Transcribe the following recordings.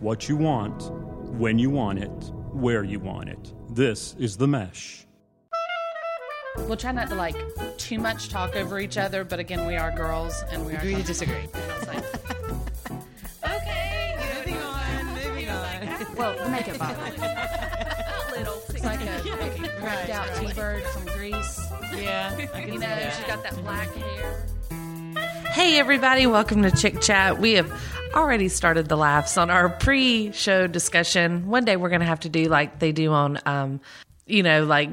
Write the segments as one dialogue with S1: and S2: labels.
S1: what you want, when you want it, where you want it. This is The Mesh.
S2: We'll try not to like too much talk over each other, but again, we are girls and we are.
S3: Agree to
S2: com-
S3: disagree.
S2: I was like,
S4: Okay, moving on, moving on.
S3: Well, make it violent.
S2: it's like a cracked out T-bird from Greece.
S4: Yeah, I
S2: You know, she's got that black hair.
S4: Hey, everybody, welcome to Chick Chat. We have already started the laughs on our pre show discussion. One day we're going to have to do like they do on, um, you know, like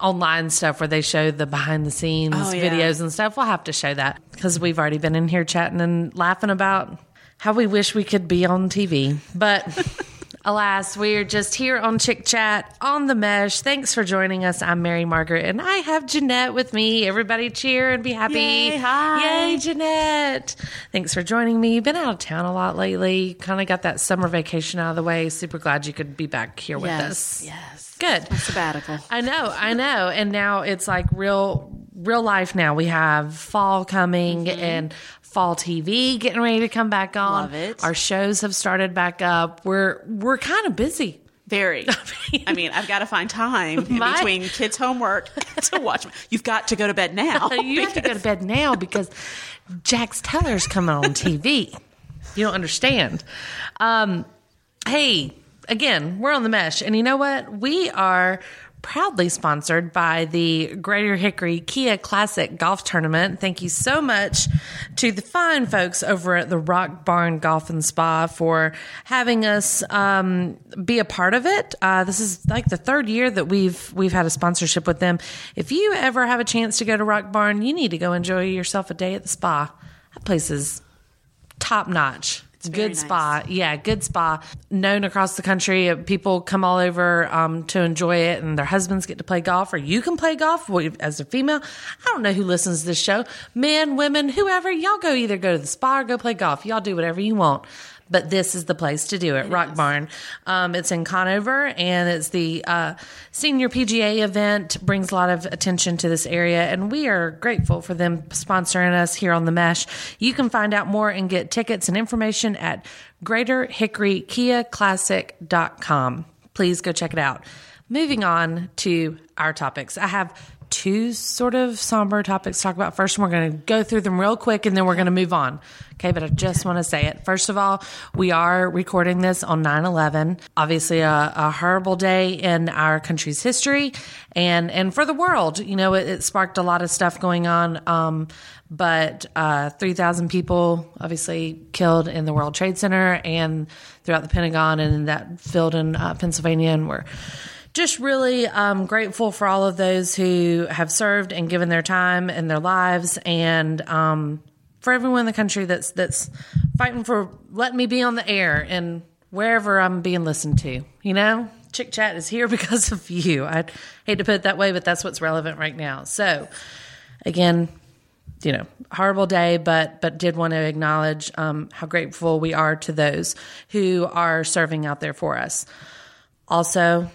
S4: online stuff where they show the behind the scenes
S3: Oh, yeah.
S4: videos and stuff. We'll have to show that because we've already been in here chatting and laughing about how we wish we could be on TV. But. Alas, we're just here on Chick Chat on the Mesh. Thanks for joining us. I'm Mary Margaret, and I have Jeanette with me. Everybody, cheer and be happy.
S3: Yay, hi.
S4: Yay, Jeanette! Thanks for joining me. You've been out of town a lot lately. Kind of got that summer vacation out of the way. Super glad you could be back here with us.
S3: Yes.
S4: Good.
S3: Sabbatical.
S4: I know, I know. And now it's like real real life now. We have fall coming and fall TV getting ready to come back on.
S3: Mm-hmm. Love it.
S4: Our shows have started back up. We're we're kind of busy.
S3: Very. I mean, I've got to find time in
S4: My-
S3: between kids' homework to watch. You've got to go to bed now.
S4: You have to go to bed now because Jax Teller's coming on TV. You don't understand. Um, hey, again, we're on the mesh. And you know what? We are proudly sponsored by the Greater Hickory Kia Classic Golf Tournament. Thank you so much to the fine folks over at the Rock Barn Golf and Spa for having us um, be a part of it. Uh, this is like the third year that we've we've had a sponsorship with them. If you ever have a chance to go to Rock Barn, you need to go enjoy yourself a day at the spa. That place is top notch.
S3: very
S4: Good
S3: nice.
S4: spa. Yeah, good spa. Known across the country. uh, People come all over um, to enjoy it, and their husbands get to play golf, or you can play golf well, as a female. I don't know who listens to this show. Men, women, whoever. Y'all go either go to the spa or go play golf. Y'all do whatever you want. But this is the place to do it, Rock Barn. Um, it's in Conover, and it's the uh, senior PGA event. Brings a lot of attention to this area, and we are grateful for them sponsoring us here on the Mesh. You can find out more and get tickets and information at GreaterHickoryKiaClassic.com. Please go check it out. Moving on to our topics, I have two sort of somber topics to talk about first and we're going to go through them real quick and then we're going to move on okay but i just want to say it first of all we are recording this on 9-11 obviously a, a horrible day in our country's history and and for the world you know it, it sparked a lot of stuff going on um, but uh, 3000 people obviously killed in the world trade center and throughout the pentagon and in that field in uh, pennsylvania and we're just really um, grateful for all of those who have served and given their time and their lives, and um, for everyone in the country that's that's fighting for letting me be on the air and wherever I'm being listened to. You know, Chick Chat is here because of you. I hate to put it that way, but that's what's relevant right now. So, again, you know horrible day but but did want to acknowledge um, how grateful we are to those who are serving out there for us also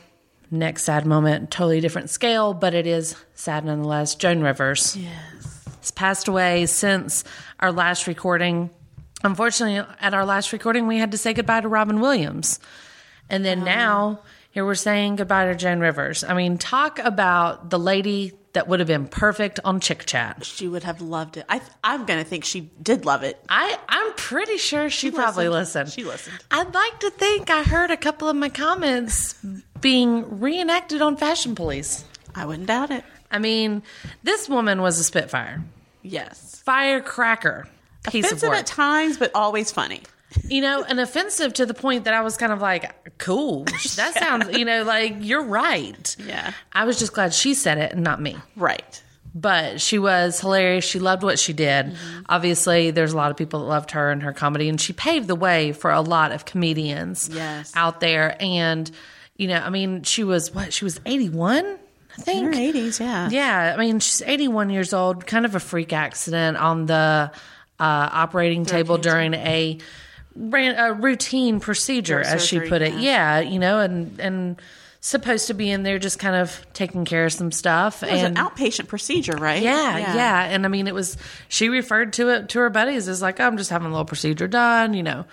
S4: next sad moment totally different scale but it is sad nonetheless joan rivers has passed away since our last recording unfortunately at our last recording we had to say goodbye to robin williams and then now here we're saying goodbye to joan rivers i mean talk about the lady that would have been perfect on chick chat
S3: She would have loved it. I, I'm going to think she did love it.
S4: I I'm pretty sure she, probably
S3: listened.
S4: listened.
S3: She listened.
S4: I'd like to think I heard a couple of my comments being reenacted on Fashion Police.
S3: I wouldn't doubt it.
S4: I mean, this woman was a spitfire,
S3: Yes.
S4: firecracker piece of
S3: Offensive
S4: work.
S3: at times, but always funny.
S4: you know, and offensive to the point that I was kind of like, "Cool, that sounds," you know, like you're right.
S3: Yeah.
S4: I was just glad she said it and not me.
S3: Right.
S4: but she was hilarious. She loved what she did.
S3: Mm-hmm.
S4: Obviously, there's a lot of people that loved her and her comedy, and she paved the way for a lot of comedians
S3: Yes.
S4: out there. And you know, I mean, she was what? She was 81, I
S3: In her
S4: think.
S3: 80s, yeah.
S4: Yeah, I mean, she's 81 years old. Kind of a freak accident on the uh, operating table during a. Ran a routine procedure, as she
S3: surgery,
S4: put it. Yeah, you know, and and supposed to be in there just kind of taking care of some stuff.
S3: It was
S4: and
S3: an outpatient procedure, right?
S4: yeah, yeah, And I mean, it was she referred to it to her buddies as like, "Oh, I'm just having a little procedure done, you know.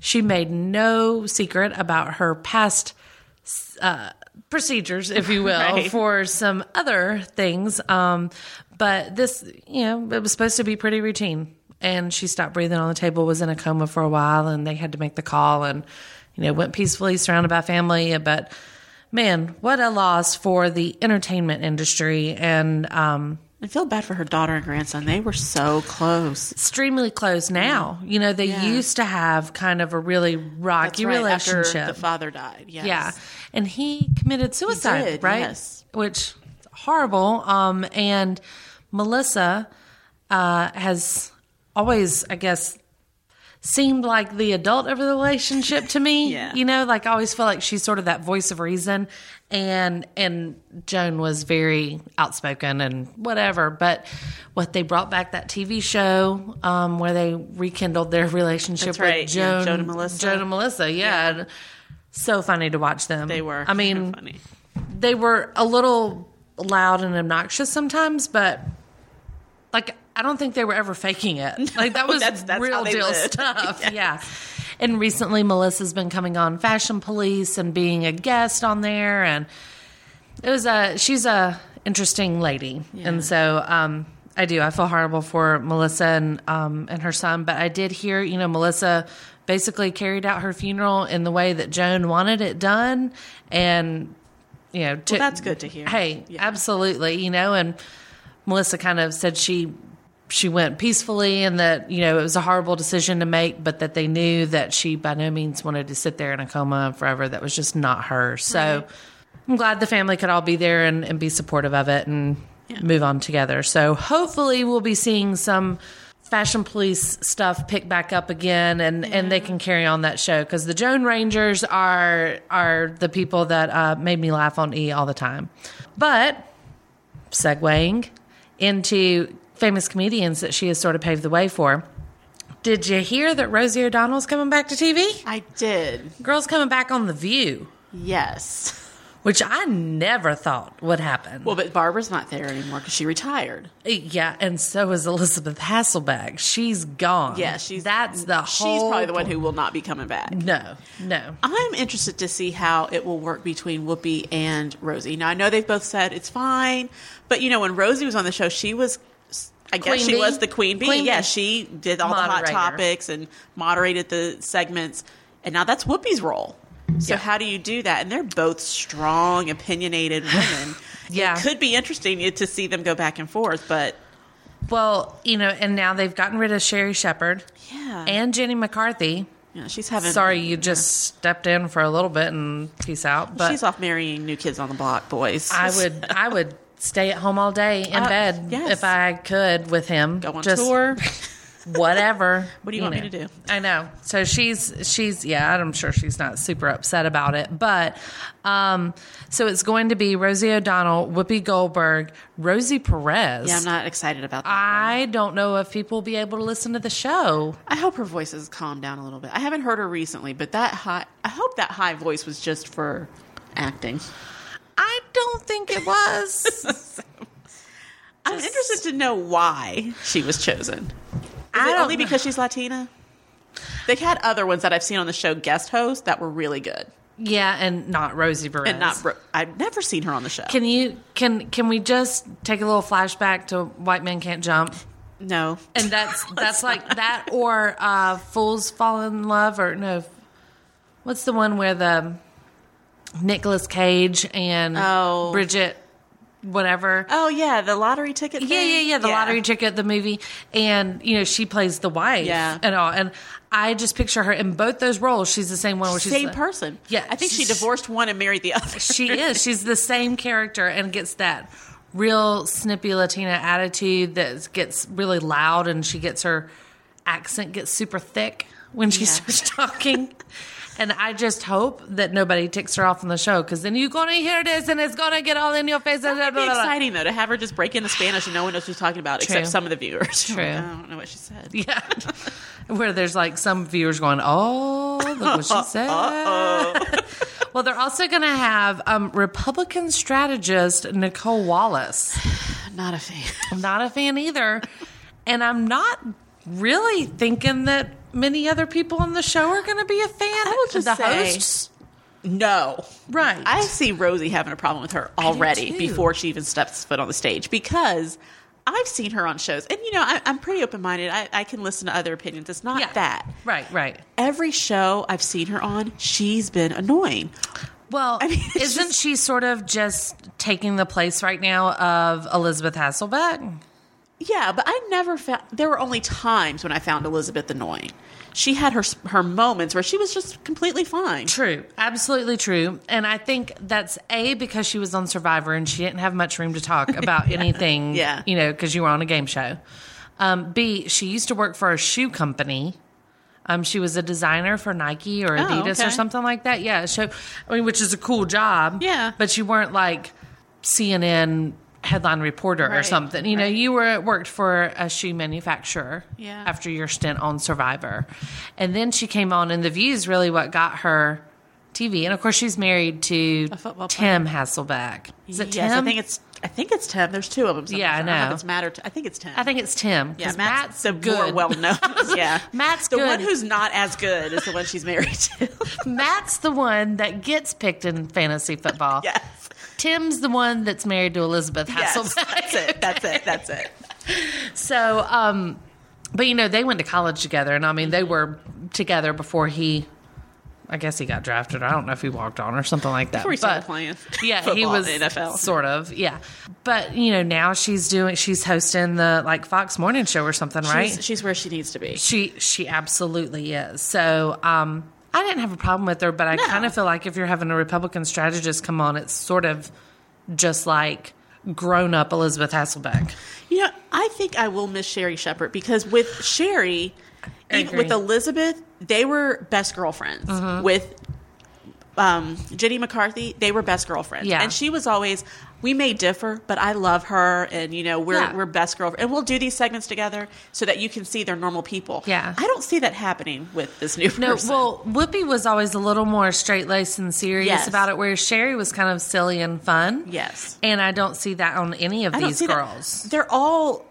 S4: She made no secret about her past uh, procedures, if you will,
S3: Right.
S4: for some other things. Um, but this, you know, it was supposed to be pretty routine. And she stopped breathing on the table, was in a coma for a while, and they had to make the call and, you know, went peacefully surrounded by family. But man, what a loss for the entertainment industry. And, um,
S3: I feel bad for her daughter and grandson. They were so close.
S4: extremely close now. You know, they
S3: Yeah.
S4: used to have kind of a really rocky relationship.
S3: After the father died. Yes.
S4: yeah. And he committed suicide,
S3: did,
S4: right?
S3: yes.
S4: Which horrible. Um and Melissa uh has always, I guess, seemed like the adult of the relationship to me.
S3: Yeah.
S4: You know, like I always feel like she's sort of that voice of reason and and Joan was very outspoken and whatever. But what they brought back that TV show um, where they rekindled their relationship
S3: That's
S4: with
S3: right, yeah,
S4: Joan,
S3: Joan and Melissa.
S4: Joan and Melissa, yeah. And So funny to watch them.
S3: They were.
S4: I mean,
S3: so funny.
S4: they were a little loud and obnoxious sometimes, but like I don't think they were ever faking it. Like that was
S3: that's- that's how
S4: real
S3: they
S4: deal
S3: lived.
S4: stuff. Yeah. And recently Melissa's been coming on Fashion Police and being a guest on there and it was a she's a interesting lady. And so um I do. I feel horrible for Melissa and um and her son, but I did hear, you know, Melissa basically carried out her funeral in the way that Joan wanted it done and you know, took,
S3: that's good to hear.
S4: Hey,
S3: Yeah.
S4: absolutely, you know, and Melissa kind of said she she went peacefully and that you know it was a horrible decision to make, but that they knew that she by no means wanted to sit there in a coma forever. That was just not her. So I'm glad the family could all be there and, and be supportive of it and move on together. So hopefully we'll be seeing some fashion police stuff pick back up again and, and they can carry on that show because the Joan Rangers are are the people that uh, made me laugh on E all the time. But segueing into famous comedians that she has sort of paved the way for. Did you hear that Rosie O'Donnell's coming back to TV?
S3: I did.
S4: Girl's coming back on The View,
S3: Yes.
S4: which I never thought would happen.
S3: Well, but Barbara's not there anymore because she retired.
S4: yeah, and so is Elizabeth Hasselbeck. She's gone.
S3: Yeah, she's
S4: that's the
S3: she's
S4: whole.
S3: probably the one who will not be coming back.
S4: No, no.
S3: I'm interested to see how it will work between Whoopi and Rosie. Now I know they've both said it's fine, but you know when Rosie was on the show, she was, I guess
S4: Queen
S3: she
S4: bee?
S3: was the queen bee.
S4: Queen
S3: yeah,
S4: bee.
S3: she did all the
S4: Moderator.
S3: hot topics and moderated the segments, and now that's Whoopi's role. So
S4: Yeah.
S3: how do you do that? And they're both strong, opinionated women.
S4: Yeah.
S3: it could be interesting to see them go back and forth, but
S4: Well, you know, and now they've gotten rid of Sherry Shepard
S3: yeah,
S4: and Jenny McCarthy.
S3: you know, she's having
S4: Sorry, you just stepped in for a little bit and peace out. But
S3: she's off marrying new kids on the block, boys.
S4: I would I would stay at home all day in
S3: Uh,
S4: bed
S3: yes.
S4: if I could with him.
S3: go on
S4: Just
S3: tour.
S4: Whatever.
S3: What do you want me to do?
S4: I know. So she's she's yeah, I'm sure she's not super upset about it. But um so it's going to be Rosie O'Donnell, Whoopi Goldberg, Rosie Perez.
S3: Yeah, I'm not excited about that.
S4: I don't know if people will be able to listen to the show.
S3: I hope her voice has calmed down a little bit. I haven't heard her recently, but that high, I hope that high voice was just for acting.
S4: I don't think it was.
S3: I'm interested to know why she was chosen. Is
S4: I
S3: it
S4: don't
S3: only
S4: know.
S3: because she's Latina? They've had other ones that I've seen on the show guest hosts that were really good,
S4: yeah, and not Rosie Perez.
S3: and not. Bro- I've never seen her on the show.
S4: Can you can can we just take a little flashback to White Men Can't Jump?
S3: no,
S4: And that's that's like that or uh Fools Fall in Love or no what's the one where the Nicolas Cage and
S3: Oh.
S4: Bridget whatever.
S3: oh yeah, the lottery ticket.
S4: Yeah, yeah,
S3: thing?
S4: yeah. The lottery ticket, the movie, and you know she plays the wife,
S3: Yeah.
S4: and all. And I just picture her in both those roles. She's the same one. Where she's
S3: Same
S4: the-
S3: person.
S4: Yeah,
S3: I think she
S4: she's-
S3: divorced one and married the other.
S4: she is. She's the same character and gets that real snippy Latina attitude that gets really loud and she gets her accent gets super thick when she
S3: Yeah.
S4: starts talking. and I just hope that nobody ticks her off on the show because then you're going to hear this and it's going to get all in your face.
S3: It'd be exciting though to have her just break into Spanish and no one knows who's talking about
S4: True.
S3: except some of the viewers.
S4: True.
S3: I don't know what she said.
S4: Yeah. Where there's like some viewers going, oh, look what she said. well, they're also going to have um, Republican strategist Nicole Wallace.
S3: Not a fan.
S4: I'm not a fan either. And I'm not really thinking that many other people on the show are going to be a fan.
S3: I would
S4: of the
S3: just say-
S4: hosts,
S3: No.
S4: right?
S3: I see Rosie having a problem with her already
S4: too.
S3: before she even steps foot on the stage because I've seen her on shows. And, you know, I, I'm pretty open minded. I, I can listen to other opinions. It's not
S4: Yeah.
S3: that.
S4: right, right.
S3: Every show I've seen her on, she's been annoying.
S4: Well,
S3: mean, it's
S4: isn't
S3: just-
S4: she sort of just taking the place right now of Elizabeth Hasselbeck?
S3: Yeah, but I never found. There were only times when I found Elizabeth annoying. She had her her moments where she was just completely fine.
S4: True, absolutely true. And I think that's a because she was on Survivor and she didn't have much room to talk about anything.
S3: Yeah.
S4: you know, because you were on a game show. Um, B, she used to work for a shoe company. Um, she was a designer for Nike or Adidas
S3: Oh, okay.
S4: or something like that. Yeah, so I mean, which is a cool job.
S3: Yeah.
S4: but you weren't like CNN headline reporter or
S3: Right,
S4: something. You know,
S3: right.
S4: you were worked for a shoe manufacturer
S3: Yeah.
S4: after your stint on Survivor. And then she came on, and The View is really what got her TV. And of course, she's married to
S3: football
S4: Tim Hasselbeck. Is it
S3: yes,
S4: Tim?
S3: I think it's I think it's Tim. There's two of them.
S4: Yeah, I
S3: sometimes. don't
S4: know.
S3: if it's Matt or Tim. I think it's Tim.
S4: I think it's Tim.
S3: yeah,
S4: 'cause
S3: Matt's,
S4: Matt's,
S3: the
S4: good.
S3: more well known. yeah,
S4: Matt's
S3: the one
S4: good.
S3: who's not as good is the one she's married to.
S4: Matt's the one that gets picked in fantasy football.
S3: yes,
S4: Tim's the one that's married to Elizabeth
S3: yes,
S4: Hasselbeck.
S3: that's it. That's it. That's it.
S4: So, um, but you know, they went to college together, and I mean,
S3: Mm-hmm.
S4: they were together before he. I guess he got drafted. I don't know if he walked on or something like that.
S3: Before he started
S4: but-
S3: playing
S4: Yeah, he
S3: football in
S4: was
S3: the NFL.
S4: sort of. Yeah, but you know, now she's doing. She's hosting the like Fox Morning Show or something, right?
S3: She's, she's where she needs to be.
S4: She she absolutely is. So um, I didn't have a problem with her, but I kind of feel like if you're having a Republican strategist come on, it's sort of just like grown up Elizabeth Hasselbeck.
S3: You know, I think I will miss Sherry Shepherd because with Sherry, even
S4: agree. Mm-hmm.
S3: with Elizabeth, they were best girlfriends. With um, Jenny McCarthy, they were best girlfriends.
S4: Yeah.
S3: And she was always, we may differ, but I love her. And, you know, we're,
S4: Yeah.
S3: we're best girlfriends. And we'll do these segments together so that you can see they're normal people.
S4: Yeah.
S3: I don't see that happening with this new
S4: No,
S3: person.
S4: well, Whoopi was always a little more straight laced and serious
S3: Yes.
S4: about it, whereas Sherry was kind of silly and fun.
S3: Yes.
S4: And I don't see that on any of
S3: I don't
S4: these
S3: see that.
S4: girls.
S3: They're all.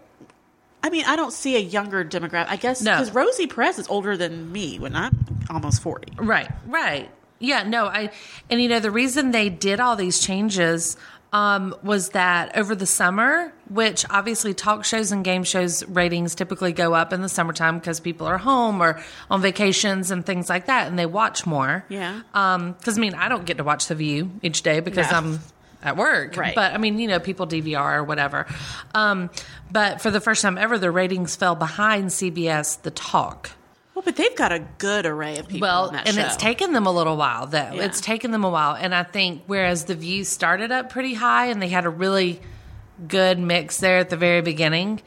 S3: I mean, I don't see a younger demographic. I guess
S4: No.
S3: because Rosie Perez is older than me when I'm almost forty.
S4: Right, right. Yeah, no, I and you know the reason they did all these changes um, was that over the summer, which obviously talk shows and game shows ratings typically go up in the summertime because people are home or on vacations and things like that, and they watch more.
S3: Yeah.
S4: Um, because I mean, I don't get to watch The View each day because
S3: No.
S4: I'm at work.
S3: Right.
S4: But I mean, you know, people DVR or whatever. Um, but for the first time ever, the ratings fell behind CBS The Talk.
S3: Well, but they've got a good array of people.
S4: Well,
S3: on that
S4: and
S3: show.
S4: it's taken them a little while, though.
S3: Yeah.
S4: It's taken them a while. And I think whereas The View started up pretty high and they had a really good mix there at the very beginning,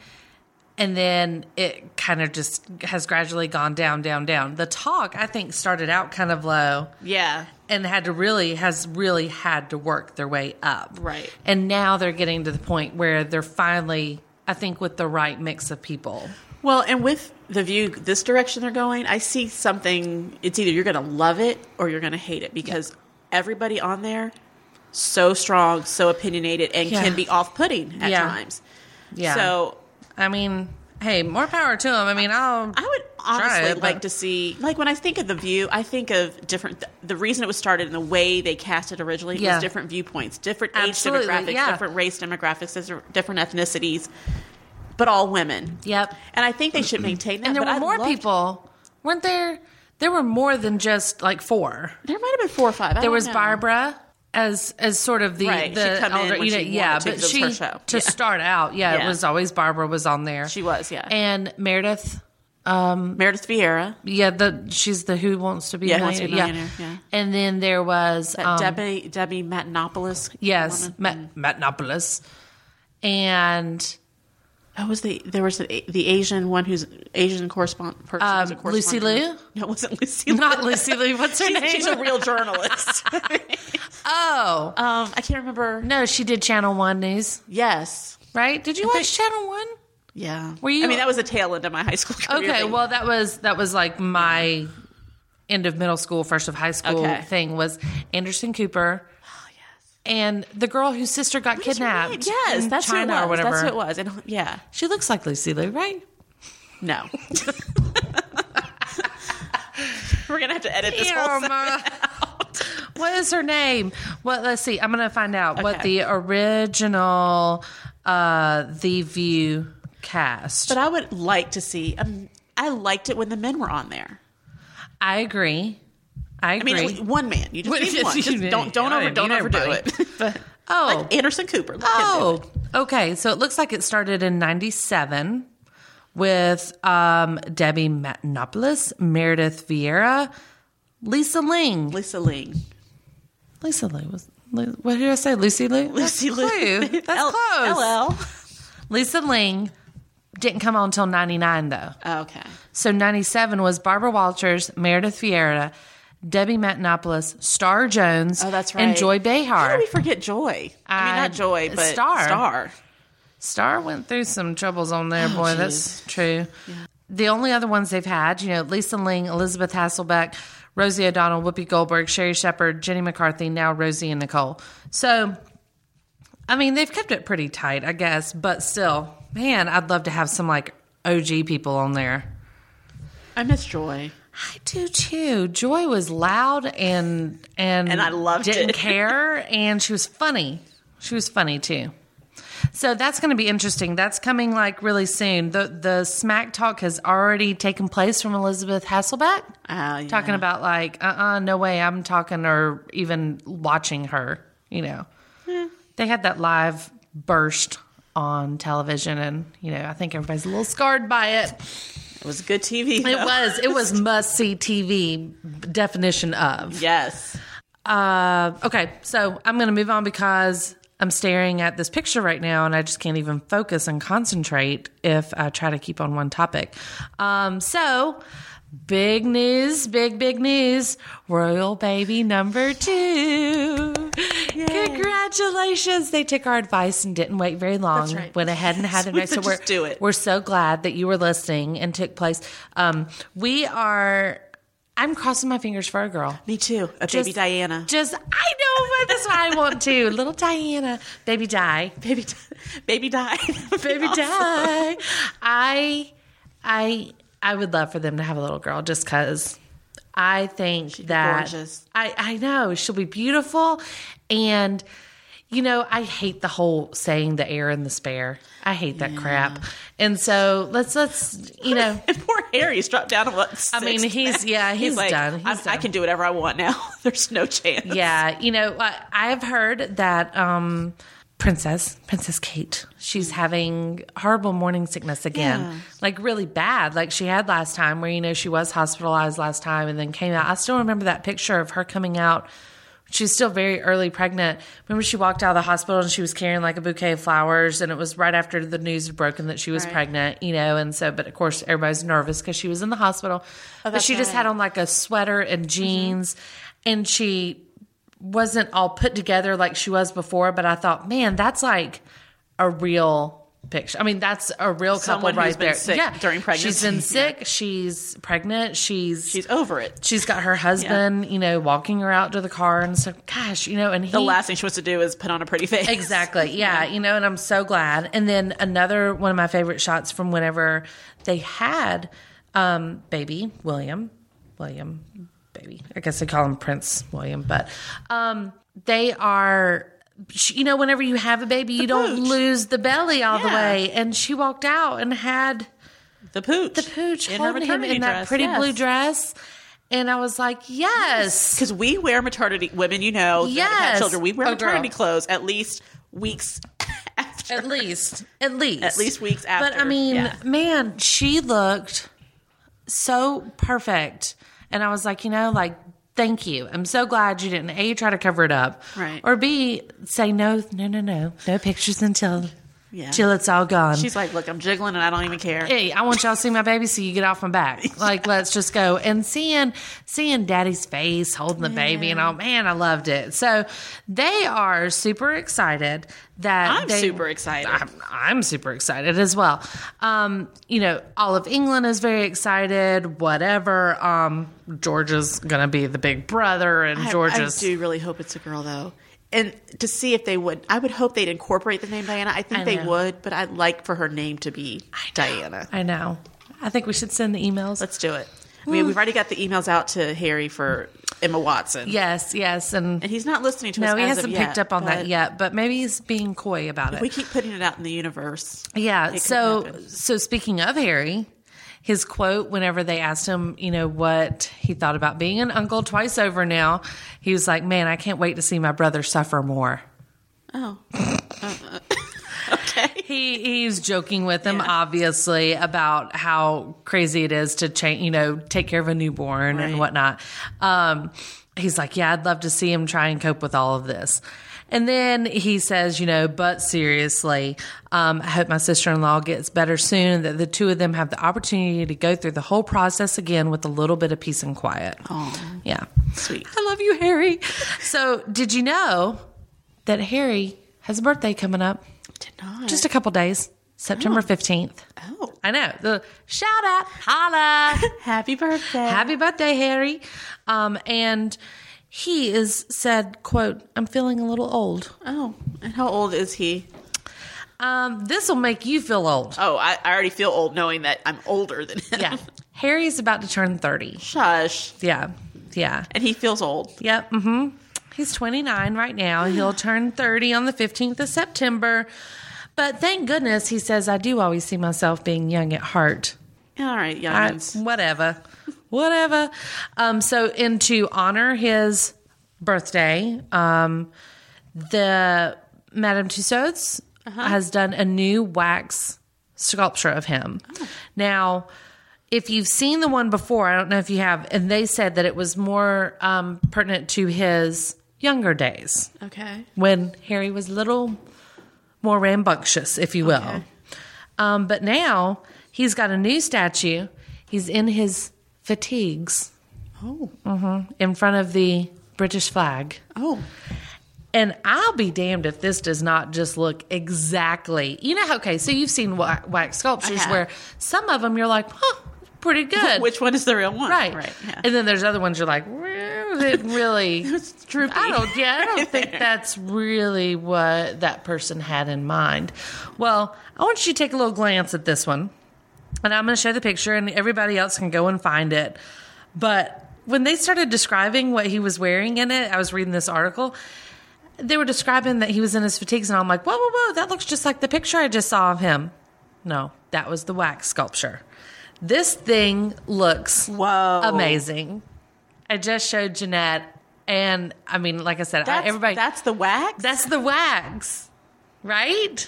S4: and then it kind of just has gradually gone down, down, down. The Talk, I think, started out kind of low
S3: yeah,
S4: and had to really has really had to work their way up.
S3: Right.
S4: And now they're getting to the point where they're finally I think with the right mix of people.
S3: well, and with the view this direction they're going, I see something. It's either you're going to love it or you're going to hate it because everybody on there so strong, so opinionated, and
S4: Yeah.
S3: can be off-putting at
S4: Yeah.
S3: times.
S4: Yeah.
S3: So
S4: I mean, hey, more power to them. I mean, I'll
S3: I would
S4: try
S3: honestly
S4: it, but-
S3: like to see, like when I think of the view, I think of different. The, reason it was started and the way they cast it originally
S4: Yeah.
S3: was different viewpoints, different
S4: Absolutely,
S3: age demographics,
S4: yeah.
S3: different race demographics, different ethnicities, but all women.
S4: Yep.
S3: And I think they should maintain that.
S4: And there
S3: but
S4: were
S3: I
S4: more
S3: loved-
S4: people, weren't there? There were more than just like four.
S3: There might have been four or five. I
S4: There
S3: don't
S4: was
S3: know.
S4: Barbara as as sort of the
S3: Oh, Right,
S4: the
S3: she'd come in when she
S4: yeah,
S3: wanted to,
S4: but
S3: 'cause it
S4: she
S3: was her show.
S4: to
S3: Yeah.
S4: start out, yeah, it
S3: Yeah.
S4: was always Barbara was on there.
S3: She was, yeah.
S4: and Meredith.
S3: Meredith Vieira,
S4: Yeah, the she's the Who Wants to Be
S3: Yeah,
S4: a
S3: Who Wants to
S4: Millionaire.
S3: Be a Millionaire,
S4: And then there was
S3: that
S4: um,
S3: Debbie Debbie Matinopoulos.
S4: yes,
S3: woman.
S4: Matt Matnopoulos, and
S3: Oh, was the there was the, the Asian one who's Asian correspondent person? who's a
S4: Um, Lucy
S3: correspondent.
S4: Liu?
S3: No, it wasn't Lucy. Liu.
S4: not Lucy Lee. What's her name?
S3: She's, she's a real journalist.
S4: oh
S3: Um, I can't remember.
S4: no, she did Channel One News,
S3: Yes.
S4: right? Did you watch Channel One?
S3: Yeah.
S4: Were you-
S3: I mean, that was a tail end of my high school career.
S4: Okay,
S3: thing.
S4: well that was that was like my end of middle school, first of high school
S3: Okay. Oh,
S4: thing was Anderson Cooper. And the girl whose sister got
S3: That's right.
S4: kidnapped.
S3: Yes,
S4: in
S3: that's who it
S4: China
S3: was.
S4: or whatever.
S3: That's who it was. And yeah,
S4: She looks like Lucy Liu, right?
S3: no. We're gonna have to edit this whole
S4: Damn,
S3: thing.
S4: uh, what is her name? What? Let's see. I'm gonna find out what the original uh, The View cast.
S3: But I would like to see. Um, I liked it when the men were on there.
S4: I agree. I
S3: I
S4: agree.
S3: mean, it was one man. You
S4: What-
S3: just need one.
S4: you
S3: Just
S4: need-
S3: don't don't
S4: I
S3: over
S4: didn't
S3: don't
S4: need
S3: overdo
S4: everybody.
S3: it. But
S4: oh,
S3: like Anderson Cooper. Let him do it.
S4: oh, okay. So it looks like it started in '97 with um, Debbie Matenopoulos, Meredith Vieira, Lisa Ling.
S3: Lisa Ling.
S4: Lisa Ling was. Lu- What did I say? Lucy Lou.
S3: Lucy
S4: That's
S3: Ling.
S4: Clue. That's
S3: L-
S4: close.
S3: LL.
S4: Lisa Ling didn't come on until 99, though.
S3: Oh, Okay.
S4: So 97 was Barbara Walters, Meredith Vieira, Debbie Matenopoulos, Star Jones,
S3: Oh, that's right.
S4: and Joy
S3: How
S4: Behar.
S3: did we forget Joy? I mean,
S4: Uh,
S3: not Joy, but
S4: Star.
S3: Star. Star.
S4: Star went through some troubles on there, boy. That's true. The only other ones they've had, you know, Lisa Ling, Elizabeth Hasselbeck, Rosie O'Donnell, Whoopi Goldberg, Sherry Shepard, Jenny McCarthy, now Rosie and Nicole. So, I mean, they've kept it pretty tight, I guess, but still, man, I'd love to have some like OG people on there.
S3: I miss Joy.
S4: I do too. Joy was loud and and
S3: And I loved
S4: didn't
S3: it.
S4: care, and she was funny. She was funny too. So that's going to be interesting. That's coming like really soon. The the smack talk has already taken place from Elizabeth Hasselbeck
S3: Ah, yeah.
S4: talking about like uh uh no way I'm talking or even watching her. You know, they had that live burst on television, and you know I think everybody's a little scarred by it.
S3: It was good TV.
S4: It
S3: though.
S4: was. It was must see TV definition of.
S3: Yes.
S4: Uh, okay, so I'm going to move on because I'm staring at this picture right now and I just can't even focus and concentrate if I try to keep on one topic. Um, so, big news, big, big news. Royal baby number two. Congratulations. They took our advice and didn't wait very long.
S3: That's right.
S4: Went ahead and had it.
S3: We
S4: So
S3: said
S4: we're,
S3: just do it.
S4: we're so glad that you were listening and took place. Um, we are. I'm crossing my fingers for a girl.
S3: Me too. A baby Diana.
S4: Just I know, but that's what I want to. Little Diana, baby Di,
S3: baby, baby Di.
S4: baby Di. I, I, I would love for them to have a little girl, just because I think that
S3: gorgeous.
S4: I I know she'll be beautiful, and you know I hate the whole saying the air and the spare. I hate that crap, and so let's let's you know.
S3: And poor Harry's dropped down to what?
S4: I mean,
S3: sixth?
S4: he's yeah, he's,
S3: like,
S4: done. He's
S3: "I'm- I
S4: done.
S3: can do whatever I want now. There's no chance.
S4: Yeah, you know, I- I've heard that um, Princess Princess Kate, she's having horrible morning sickness again, like really bad, like she had last time, where you know she was hospitalized last time and then came out. I still remember that picture of her coming out. She was still very early pregnant. Remember, she walked out of the hospital and she was carrying like a bouquet of flowers, and it was right after the news had broken that she was pregnant, you know. And so, but of course, everybody's nervous because she was in the hospital. but she just had on like a sweater and jeans, and she wasn't all put together like she was before, but I thought, man, that's like a real picture. I mean, that's a real couple
S3: Someone
S4: right
S3: who's been
S4: there.
S3: sick during
S4: she's
S3: pregnancy.
S4: been sick. She's pregnant. She's
S3: She's over it.
S4: she's got her husband, you know, walking her out to the car, and so gosh, you know, and he
S3: The last thing she wants to do is put on a pretty face.
S4: Exactly. Yeah.
S3: Mm-hmm.
S4: You know, and I'm so glad. And then another one of my favorite shots from whenever they had um, baby William, William, baby. I guess they call him Prince William, but um, they are. sh- You know, whenever you have a baby, you don't
S3: pooch.
S4: lose the belly all the
S3: Yeah.
S4: way. And she walked out and had
S3: The pooch. The
S4: Pooch holding him in that pretty
S3: yes.
S4: blue dress. And I was like, yes.
S3: Because we wear maternity women, you know, that have
S4: Yes.
S3: had children. We wear
S4: Oh, girl.
S3: maternity clothes at least weeks after.
S4: At least, at least,
S3: At least weeks
S4: But I
S3: after,
S4: mean,
S3: yeah.
S4: man, she looked so perfect, and I was like, you know, like, thank you. I'm so glad you didn't a try to cover it up,
S3: Right.
S4: Or b say no, no, no, no, no pictures until
S3: Yeah.
S4: till it's all gone.
S3: She's like, look, I'm jiggling and I don't even care.
S4: hey, I want y'all to see my baby, so you get off my back. Like, let's just go and seeing seeing Daddy's face holding the baby and all. Man, I loved it. So they are super excited that
S3: I'm
S4: they-
S3: super excited.
S4: I'm, I'm super excited as well. Um, you know, all of England is very excited. Whatever. Um, Georgia's gonna be the big brother, and
S3: I-
S4: Georgia's.
S3: I do really hope it's a girl though. And to see if they would, I would hope they'd incorporate the name Diana. I think
S4: I
S3: they
S4: know.
S3: would, but I'd like for her name to be Diana.
S4: I know. I think we should send the emails.
S3: Let's do it. I mean, we've already got the emails out to Harry for Emma Watson.
S4: Yes, yes,
S3: And
S4: and
S3: he's not listening to us.
S4: no, he
S3: as of
S4: hasn't
S3: yet,
S4: picked up on
S3: but
S4: that yet. But maybe he's being coy about it.
S3: We keep putting it out in the universe.
S4: Yeah.
S3: could
S4: So,
S3: happen.
S4: so speaking of Harry, his quote whenever they asked him, you know, what he thought about being an uncle twice over now, he was like, "Man, I can't wait to see my brother suffer more."
S3: Oh. Uh, uh, okay.
S4: He he's joking with him, obviously, about how crazy it is to change, you know, take care of a newborn
S3: Right.
S4: and whatnot. Um, he's like, yeah, I'd love to see him try and cope with all of this. And then he says, you know, but seriously, um, I hope my sister in law gets better soon, and that the two of them have the opportunity to go through the whole process again with a little bit of peace and quiet. Yeah.
S3: Sweet.
S4: I love you, Harry. So, did you know that Harry has a birthday coming up?
S3: Did not.
S4: Just a couple days, September 15th.
S3: oh.
S4: I know. The shout out, holla.
S3: Happy birthday.
S4: Happy birthday, Harry. Um, and he is said, quote, I'm feeling a little old.
S3: oh. And how old is he?
S4: Um, this will make you feel old.
S3: Oh, I, I already feel old knowing that I'm older than him.
S4: Yeah. Harry's about to turn 30.
S3: Shush.
S4: Yeah. Yeah.
S3: And he feels old.
S4: Yep. hmm He's 29 right now. He'll turn 30 on the 15th of September. But thank goodness he says, I do always see myself being young at heart.
S3: All right,
S4: I-
S3: youngins.
S4: whatever, whatever. Um, so, and to honor his birthday, um, the Madame Tussauds has done a new wax sculpture of him. Now, if you've seen the one before, I don't know if you have, and they said that it was more um, pertinent to his younger days
S3: okay.
S4: when Harry was a little more rambunctious, if you will. Um, but now he's got a new statue. He's in his fatigues
S3: Oh.
S4: in front of the British flag.
S3: Oh.
S4: And I'll be damned if this does not just look exactly. You know, okay, so you've seen wa- wax sculptures
S3: have.
S4: where some of them you're like, huh, pretty good.
S3: Which one is the real one?
S4: right.
S3: Right. Yeah.
S4: And then there's other ones you're like, "Well, is it really?
S3: it's droopy.
S4: I don't. Yeah, I don't think that's really what that person had in mind. Well, I want you to take a little glance at this one, and I'm going to show the picture, and everybody else can go and find it. But when they started describing what he was wearing in it, I was reading this article. They were describing that he was in his fatigues, and I'm like, whoa, whoa, whoa, that looks just like the picture I just saw of him. No, that was the wax sculpture. This thing looks
S3: Whoa.
S4: amazing. I just showed Jeanette, and I mean, like I said, I,
S3: That's,
S4: everybody. That's,
S3: that's the wax?
S4: the wax, right?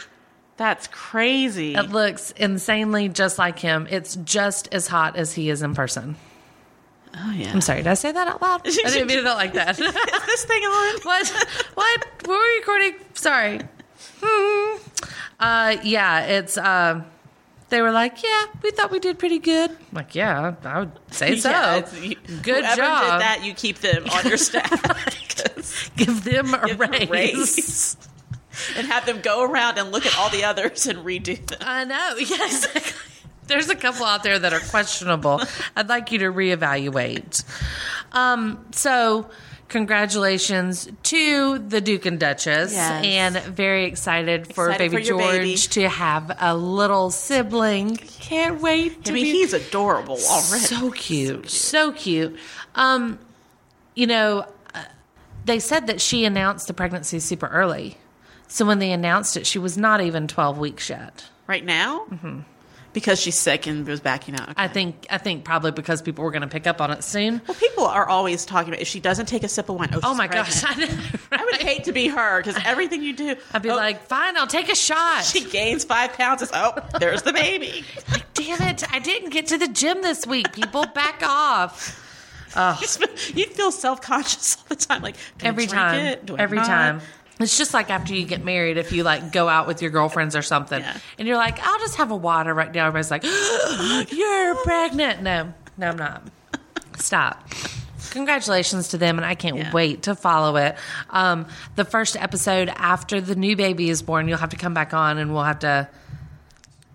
S3: That's crazy.
S4: It looks insanely just like him. It's just as hot as he is in person.
S3: Oh, yeah.
S4: I'm sorry, did I say that out loud? I didn't mean it out like that.
S3: Is this thing on?
S4: what? What? We're recording. Sorry. Hmm. Uh, yeah, it's. Um, they were like, "Yeah, we thought we did pretty good." I'm like, yeah, I would say so.
S3: Yeah, it's- you-
S4: good
S3: whoever
S4: job.
S3: did that, you keep them on your staff.
S4: Give them a
S3: Give them a
S4: raise.
S3: raise. and have them go around and look at all the others and redo them.
S4: I know. Yes. There's a couple out there that are questionable. I'd like you to reevaluate. Um, so, congratulations to the Duke and Duchess,
S3: Yes.
S4: and very excited for
S3: Excited
S4: baby
S3: for your
S4: George
S3: baby.
S4: to have a little sibling. Can't wait to
S3: I mean,
S4: be
S3: he's adorable already.
S4: so cute, so cute. Um, you know, uh, they said that she announced the pregnancy super early, so when they announced it, she was not even twelve weeks yet.
S3: right now? Because she's sick and was backing out.
S4: Mm-hmm. I think I think probably because people were going to pick up on it soon.
S3: well, people are always talking about if she doesn't take a sip of wine. Oh,
S4: Oh
S3: she's
S4: my
S3: pregnant.
S4: gosh! I, know,
S3: I would
S4: right?
S3: hate to be her because everything you do,
S4: I'd be
S3: oh,
S4: like, fine, I'll take a shot.
S3: she gains five pounds. It's, oh, there's the baby.
S4: Damn it! I didn't get to the gym this week. People, back off
S3: You'd feel self conscious all the time. Like do I
S4: every
S3: drink
S4: time.
S3: it? Do I
S4: Every
S3: not?
S4: time. It's just like after you get married, if you like go out with your girlfriends or something,
S3: Yeah.
S4: and you're like, "I'll just have a water right now." Everybody's like, "You're pregnant?" No, no, I'm not. Stop. Congratulations to them, and I can't
S3: Yeah.
S4: wait to follow it. Um, the first episode after the new baby is born, you'll have to come back on, and we'll have to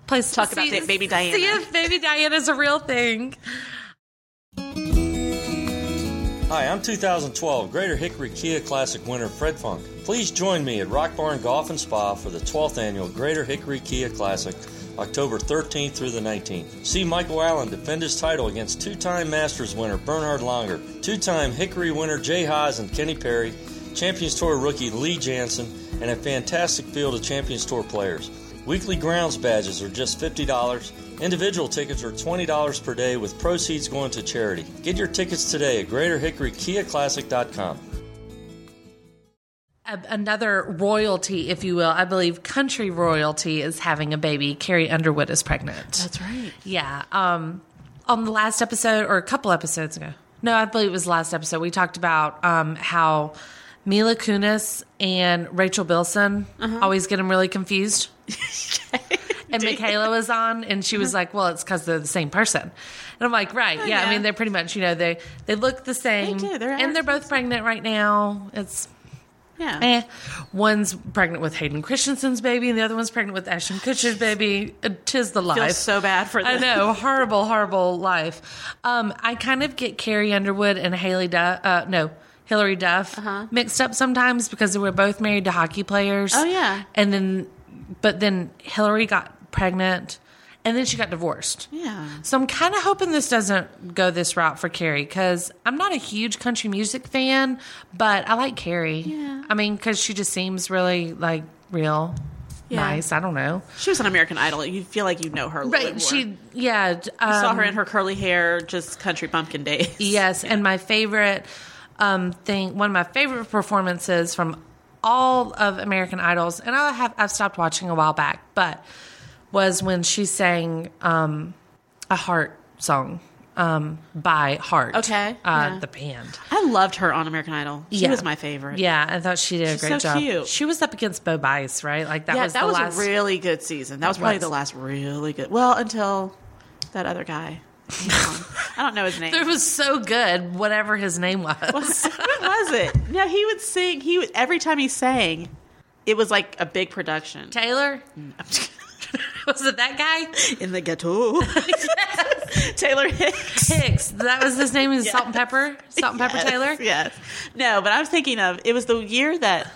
S4: play
S3: Talk about da- baby Diana.
S4: See if baby Diana's a real thing.
S5: Hi, I'm 2012 Greater Hickory Kia Classic winner Fred Funk. Please join me at Rock Barn Golf and Spa for the 12th annual Greater Hickory Kia Classic October 13th through the 19th. See Michael Allen defend his title against two time Masters winner Bernhard Langer, two time Hickory winner Jay Haas and Kenny Perry, Champions Tour rookie Lee Jansen, and a fantastic field of Champions Tour players. Weekly grounds badges are just $50. Individual tickets are $20 per day with proceeds going to charity. Get your tickets today at greaterhickorykiaclassic.com.
S4: A- another royalty, if you will. I believe country royalty is having a baby. Carrie Underwood is pregnant.
S3: That's right.
S4: Yeah. Um, on the last episode or a couple episodes ago, no, I believe it was the last episode. We talked about um, how Mila Kunis and Rachel Bilson
S3: Uh-huh.
S4: always get them really confused. and Michaela was on, and she was like, "Well, it's because they're the same person." And I'm like, "Right, yeah, I
S3: Uh-huh. Oh, yeah.
S4: mean, they're pretty much, you know, they they look the same,
S3: do. They're
S4: and they're both pregnant right now. It's
S3: Yeah.
S4: Eh. One's pregnant with Hayden Christensen's baby, and the other one's pregnant with Ashton Kutcher's baby. Uh, Tis the life.
S3: Feel so bad for
S4: I
S3: them.
S4: know, horrible, horrible life. Um, I kind of get Carrie Underwood and Haley Duff. Uh, no. Hillary Duff mixed up sometimes because they were both married to hockey players.
S3: Uh-huh. Oh, yeah.
S4: and then, but then Hillary got pregnant, and then she got divorced.
S3: Yeah.
S4: So I'm kind of hoping this doesn't go this route for Carrie because I'm not a huge country music fan, but I like Carrie.
S3: Yeah.
S4: I mean, because she just seems really like real,
S3: Yeah.
S4: nice. I don't know.
S3: She was on American Idol. You feel like you know her a little bit
S4: Right.
S3: more.
S4: She, yeah. d- Um,
S3: saw her in her curly hair, just country pumpkin days.
S4: Yes. And my favorite um, thing, one of my favorite performances from all of American Idols, and I have, I've stopped watching a while back, but was when she sang um, a heart song. Um, by heart.
S3: Okay,
S4: Uh,
S3: yeah.
S4: The band.
S3: I loved her on American Idol. She
S4: Yeah.
S3: was my favorite.
S4: Yeah, I thought she did a
S3: She's
S4: great
S3: so
S4: job.
S3: cute.
S4: She was up against Bo Bice, right? Like that
S3: Yeah,
S4: was
S3: that
S4: the
S3: was
S4: last.
S3: a really good season. That was probably
S4: was.
S3: the last really good. Well, until that other guy. I don't know his name.
S4: it was so good, whatever his name was.
S3: Who was it? No, he would sing. He would, every time he sang, it was like a big production.
S4: Taylor? was it that guy?
S3: In the ghetto, Taylor Hicks.
S4: Hicks. That was his name. Is Salt and Pepper? Salt and Pepper Taylor?
S3: Yes. No, but I was thinking of it was the year that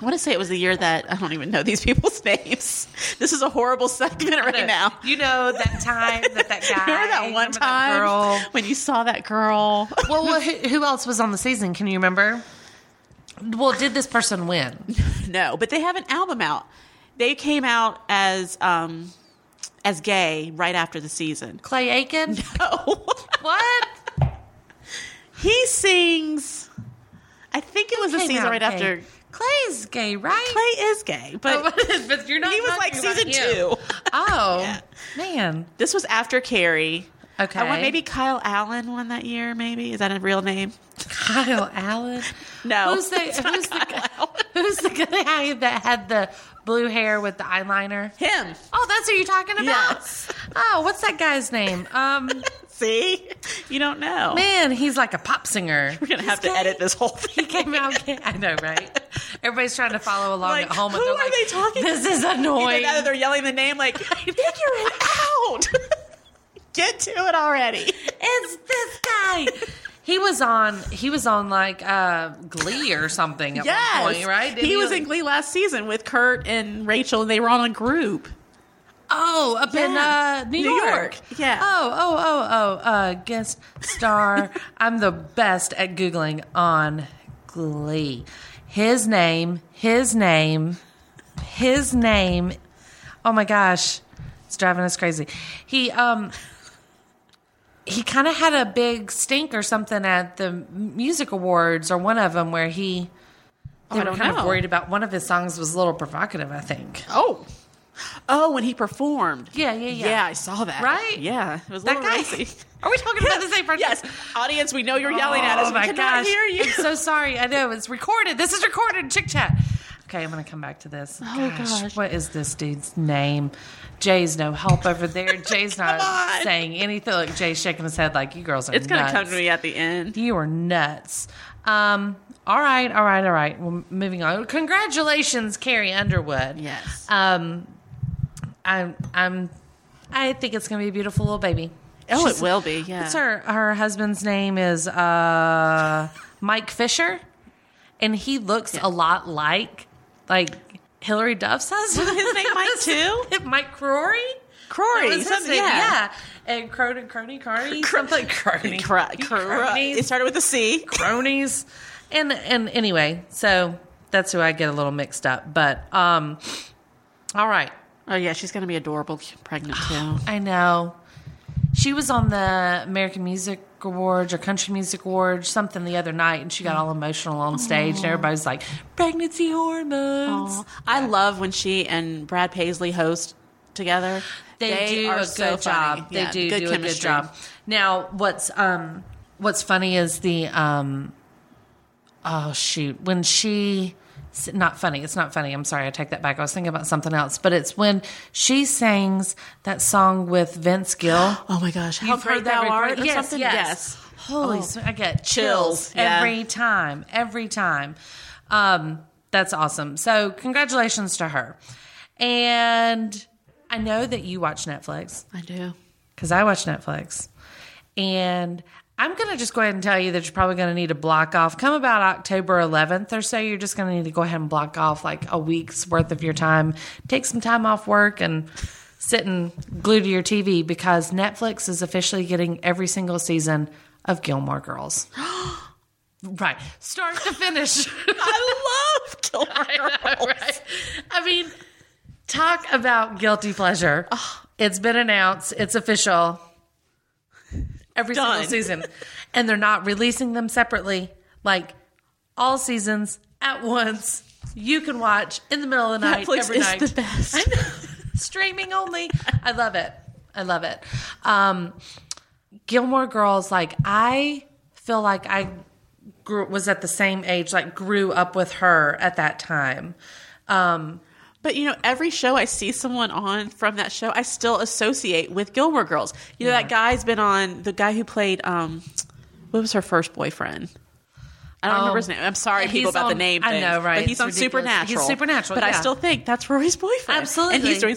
S3: I want to say it was the year that I don't even know these people's names. This is a horrible segment right now.
S4: You know that time that that guy.
S3: Remember that one
S4: remember that
S3: time
S4: girl?
S3: when you saw that girl?
S4: Well, well who, who else was on the season? Can you remember? Well, did this person win?
S3: no, but they have an album out. They came out as um as gay right after the season.
S4: Clay Aiken?
S3: Oh.
S4: What?
S3: he sings I think it was the
S4: Came
S3: season
S4: out
S3: right
S4: gay.
S3: after
S4: Clay's gay, right?
S3: Clay is gay, but
S4: but you're not.
S3: he was
S4: Oh, talking
S3: like
S4: about
S3: season
S4: him.
S3: two.
S4: Oh man.
S3: This was after Carrie.
S4: Okay.
S3: I want maybe Kyle Allen won that year. Maybe is that a real name?
S4: Kyle Allen.
S3: No,
S4: Who's the
S3: it's not
S4: who's the,
S3: Kyle
S4: guy,
S3: Allen.
S4: who's the guy that had the blue hair with the eyeliner?
S3: Him.
S4: Oh, that's who you're talking about.
S3: Yes.
S4: Oh, what's that guy's name? Um,
S3: See, you don't know.
S4: man, he's like a pop singer.
S3: We're gonna have to edit this whole
S4: He
S3: thing.
S4: came out. gay. I know, right? Everybody's trying to follow along
S3: Like,
S4: at home. and
S3: who
S4: they're
S3: are
S4: like,
S3: they talking
S4: This is
S3: Even
S4: annoying.
S3: now that they're yelling the name, like figure it out. Get to it already.
S4: it's this guy. He was on. He was on like uh, Glee or something at
S3: Yes,
S4: one point, right? Didn't
S3: He was in Glee last season with Kurt and Rachel, and they were on a group.
S4: Oh, up in
S3: Yeah.
S4: uh, New,
S3: New
S4: York.
S3: York. Yeah.
S4: Oh, oh, oh, oh. Uh, guest star. I'm the best at googling on Glee. His name. His name. His name. Oh my gosh, it's driving us crazy. He um. He kind of had a big stink or something at the music awards or one of them where he. They
S3: Oh, I
S4: were
S3: don't
S4: kind of
S3: know.
S4: worried about one of his songs was a little provocative, I think.
S3: Oh, oh, when he performed.
S4: Yeah, yeah, yeah.
S3: Yeah, I saw that.
S4: Right?
S3: Yeah, it was a
S4: That
S3: little
S4: guy-
S3: racy.
S4: Are we talking about the same person?
S3: Yes, audience, we know you're yelling at us.
S4: Oh
S3: we
S4: my
S3: cannot
S4: gosh!
S3: hear you.
S4: I'm so sorry. I know it's recorded. This is recorded. Chick chat. Okay, I'm gonna come back to this. Oh gosh,
S3: gosh.
S4: what is this dude's name? Jay's no help over there. Jay's not
S3: on.
S4: saying anything. Look, Jay's shaking his head like you girls are.
S3: It's gonna
S4: nuts.
S3: come to me at the end.
S4: You are nuts. Um. All right. All right. All right. Well, moving on. Congratulations, Carrie Underwood.
S3: Yes.
S4: Um. I'm. I'm. I think it's gonna be a beautiful little baby.
S3: oh, it
S4: She's-
S3: will be. Yeah.
S4: What's her her husband's name is uh, Mike Fisher, and he looks a lot like like Hillary Duff's husband.
S3: His name Mike too?
S4: Mike Rory.
S3: Crory,
S4: That was his
S3: something,
S4: name,
S3: yeah.
S4: yeah. And Crony, Crony, Crony, something Crony,
S3: Cra-
S4: You
S3: cra-
S4: cronies.
S3: it started with a C.
S4: cronies. And and anyway, so that's who I get a little mixed up. But um all right.
S3: Oh yeah, she's gonna be adorable pregnant too.
S4: I know. She was on the American Music Awards or Country Music Awards, something the other night, and she got all emotional on stage, and everybody's like, pregnancy hormones.
S3: Aw. I love when she and Brad Paisley host together.
S4: they, do a good
S3: so funny.
S4: job. they
S3: Yeah,
S4: do, do a good
S3: chemistry.
S4: job. Now, what's um, what's funny is the um, oh shoot, when she s- not funny. It's not funny. I'm sorry. I take that back. I was thinking about something else, but it's when she sings that song with Vince Gill.
S3: Oh my gosh, how
S4: You've
S3: great
S4: heard that
S3: thou art
S4: recording?
S3: or
S4: yes,
S3: something?
S4: Yes.
S3: Yes.
S4: Holy, sm- I get chills
S3: Chills, yeah.
S4: every time, every time. Um, that's awesome. So congratulations to her. And I know that you watch Netflix
S3: I do.
S4: because I watch Netflix. And I'm going to just go ahead and tell you that you're probably going to need to block off. Come about October 11th or so, you're just going to need to go ahead and block off like a week's worth of your time. Take some time off work and sit and glue to your TV because Netflix is officially getting every single season of Gilmore Girls. right. Start to finish.
S3: I love Gilmore Girls.
S4: right? I mean, talk about guilty pleasure. It's been announced. It's official. Every
S3: Done.
S4: single season, and they're not releasing them separately. Like all seasons at once, you can watch in the middle of the night
S3: Netflix
S4: every
S3: is
S4: night.
S3: the best.
S4: I know. Streaming only. I love it. I love it. Um, Gilmore Girls, like I feel like I grew, was at the same age, like grew up with her at that time. Um,
S3: But you know, every show I see someone on from that show, I still associate with Gilmore Girls. You know, that guy's been on the guy who played um, what was her first boyfriend? I don't remember his name. I'm sorry,
S4: Oh. He's
S3: people about the
S4: on-
S3: name.
S4: I
S3: things,
S4: know, right?
S3: But he's
S4: It's
S3: on
S4: ridiculous.
S3: Supernatural.
S4: He's Supernatural,
S3: but I
S4: yeah.
S3: still think that's Rory's boyfriend. and
S4: Absolutely.
S3: he's doing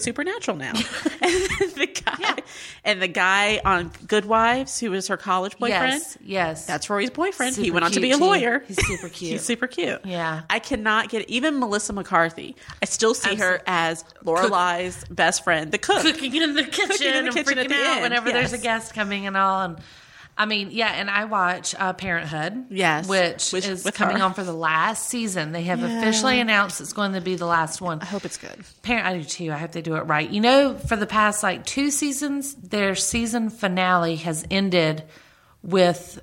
S3: Supernatural now. and the guy, and the guy on Good Wives, who was her college boyfriend.
S4: yes, yes,
S3: That's Rory's boyfriend. he
S4: Super
S3: went on to
S4: cute,
S3: be a
S4: too.
S3: lawyer.
S4: He's super cute.
S3: He's super cute.
S4: Yeah.
S3: I cannot get even Melissa McCarthy. I still see her as Lorelai's best friend, the cook.
S4: cooking in the kitchen,
S3: Cooking in the
S4: and
S3: kitchen at
S4: freaking
S3: the
S4: out
S3: end,
S4: whenever there's
S3: yes.
S4: a guest coming and all. And I mean, yeah, and I watch uh, Parenthood,
S3: Yes,
S4: which,
S3: which-
S4: is
S3: with
S4: coming
S3: her.
S4: on for the last season. They have officially announced it's going to be the last one.
S3: I hope it's good.
S4: Parent, I do too. I hope they do it right. You know, for the past like two seasons, their season finale has ended with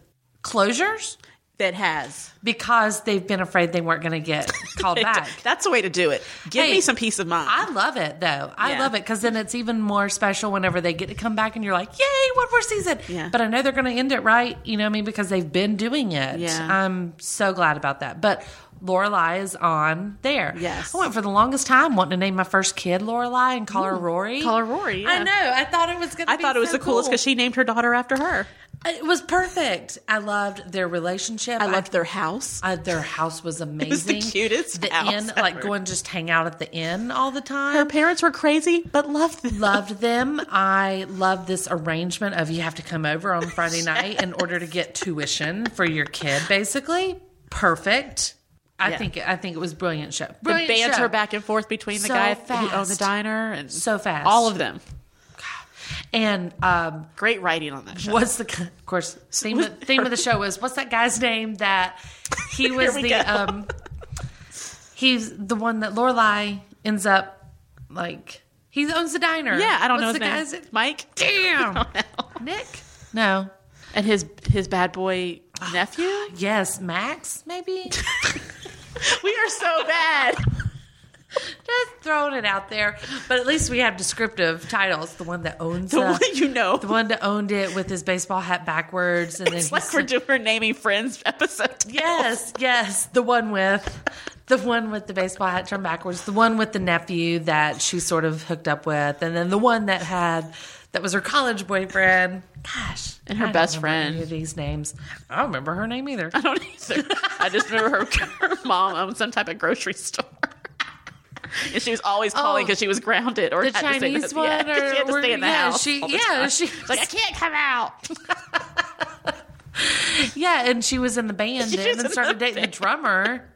S4: closures
S3: That has.
S4: because they've been afraid they weren't going to get called back.
S3: That's the way to do it. Give
S4: Hey,
S3: me some peace of mind.
S4: I love it though. I
S3: Yeah.
S4: love it because then it's even more special whenever they get to come back and you're like, yay, one more season.
S3: Yeah.
S4: But I know they're going to end it right, you know what I mean? Because they've been doing it.
S3: Yeah.
S4: I'm so glad about that. But Lorelai is on there.
S3: Yes.
S4: I went for the longest time wanting to name my first kid Lorelai and call her Rory.
S3: call her Rory,
S4: I
S3: yeah.
S4: know. I thought it was going to
S3: I thought it was the coolest because she named her daughter after her.
S4: It was perfect. I loved their relationship.
S3: I loved their house.
S4: Uh, their house was amazing.
S3: was the cutest
S4: The
S3: house
S4: inn, like
S3: ever.
S4: go and just hang out at the inn all the time.
S3: Her parents were crazy, but loved them.
S4: loved them. I love this arrangement of you have to come over on Friday night in order to get tuition for your kid. Basically, perfect. I
S3: Yeah.
S4: think I think it was brilliant show.
S3: the
S4: Brilliant
S3: banter
S4: show.
S3: back and forth between the
S4: So
S3: guy who owned the
S4: fast.
S3: diner and
S4: so fast.
S3: all of them.
S4: and um,
S3: Great writing on that show.
S4: what's the of course theme of, theme of the show is what's that guy's name that he was
S3: we
S4: the
S3: go.
S4: um he's the one that Lorelai ends up like he owns the diner.
S3: Yeah, I don't
S4: what's
S3: know his
S4: the
S3: name.
S4: guy's
S3: Mike
S4: damn Nick. No,
S3: and his his bad boy
S4: Oh,
S3: nephew.
S4: Yes, Max, maybe?
S3: we are so bad.
S4: Just throwing it out there. But at least we have descriptive titles. The one that owns
S3: The
S4: uh,
S3: one you know.
S4: The one that owned it with his baseball hat backwards. And
S3: It's
S4: then
S3: like
S4: he's
S3: we're doing our naming friends episode.
S4: Yes, yes. The one with the one with the baseball hat turned backwards. The one with the nephew that she sort of hooked up with. And then the one that had that was her college boyfriend. Gosh.
S3: And her
S4: I don't
S3: best
S4: remember any
S3: friend.
S4: of these names. I don't remember her name either.
S3: I don't either. I just remember her, her mom owned some type of grocery store. And she was always calling
S4: Oh,
S3: because she was grounded or
S4: the
S3: had to
S4: Chinese
S3: stay with- yeah,
S4: one
S3: 'cause
S4: or-
S3: she had to
S4: or-
S3: stay in the
S4: yeah,
S3: house.
S4: she-
S3: all the
S4: yeah,
S3: time.
S4: she-
S3: She's like I can't come out.
S4: Yeah, and she was in the band
S3: She
S4: then
S3: was
S4: and
S3: in
S4: started
S3: the
S4: dating the drummer.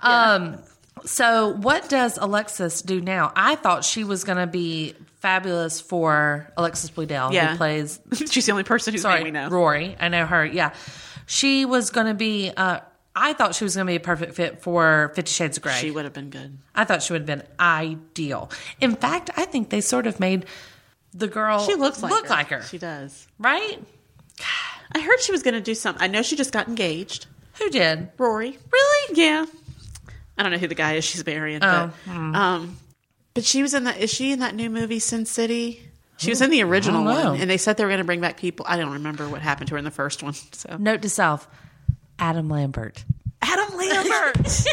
S4: Um, So, what does Alexis do now? I thought she was going to be fabulous for Alexis Bledel,
S3: Yeah.
S4: who plays
S3: She's the only person who's
S4: sorry
S3: we know.
S4: Rory. I know her. Yeah, she was going to be. Uh, I thought she was going to be a perfect fit for Fifty Shades of Grey.
S3: She would have been good.
S4: I thought she would have been ideal. In fact, I think they sort of made the girl
S3: She looks like
S4: look
S3: her.
S4: like her,
S3: She does.
S4: right?
S3: I heard she was going to do something. I know she just got engaged.
S4: Who did?
S3: Rory. Really? Yeah. I don't know who the guy is she's marrying, but um but she was in that is she in that new movie Sin City? She was in the original
S4: Oh, I don't know.
S3: one and they said they were going to bring back people. I don't remember what happened to her in the first one. So
S4: Note to self: Adam Lambert.
S3: Adam Lambert.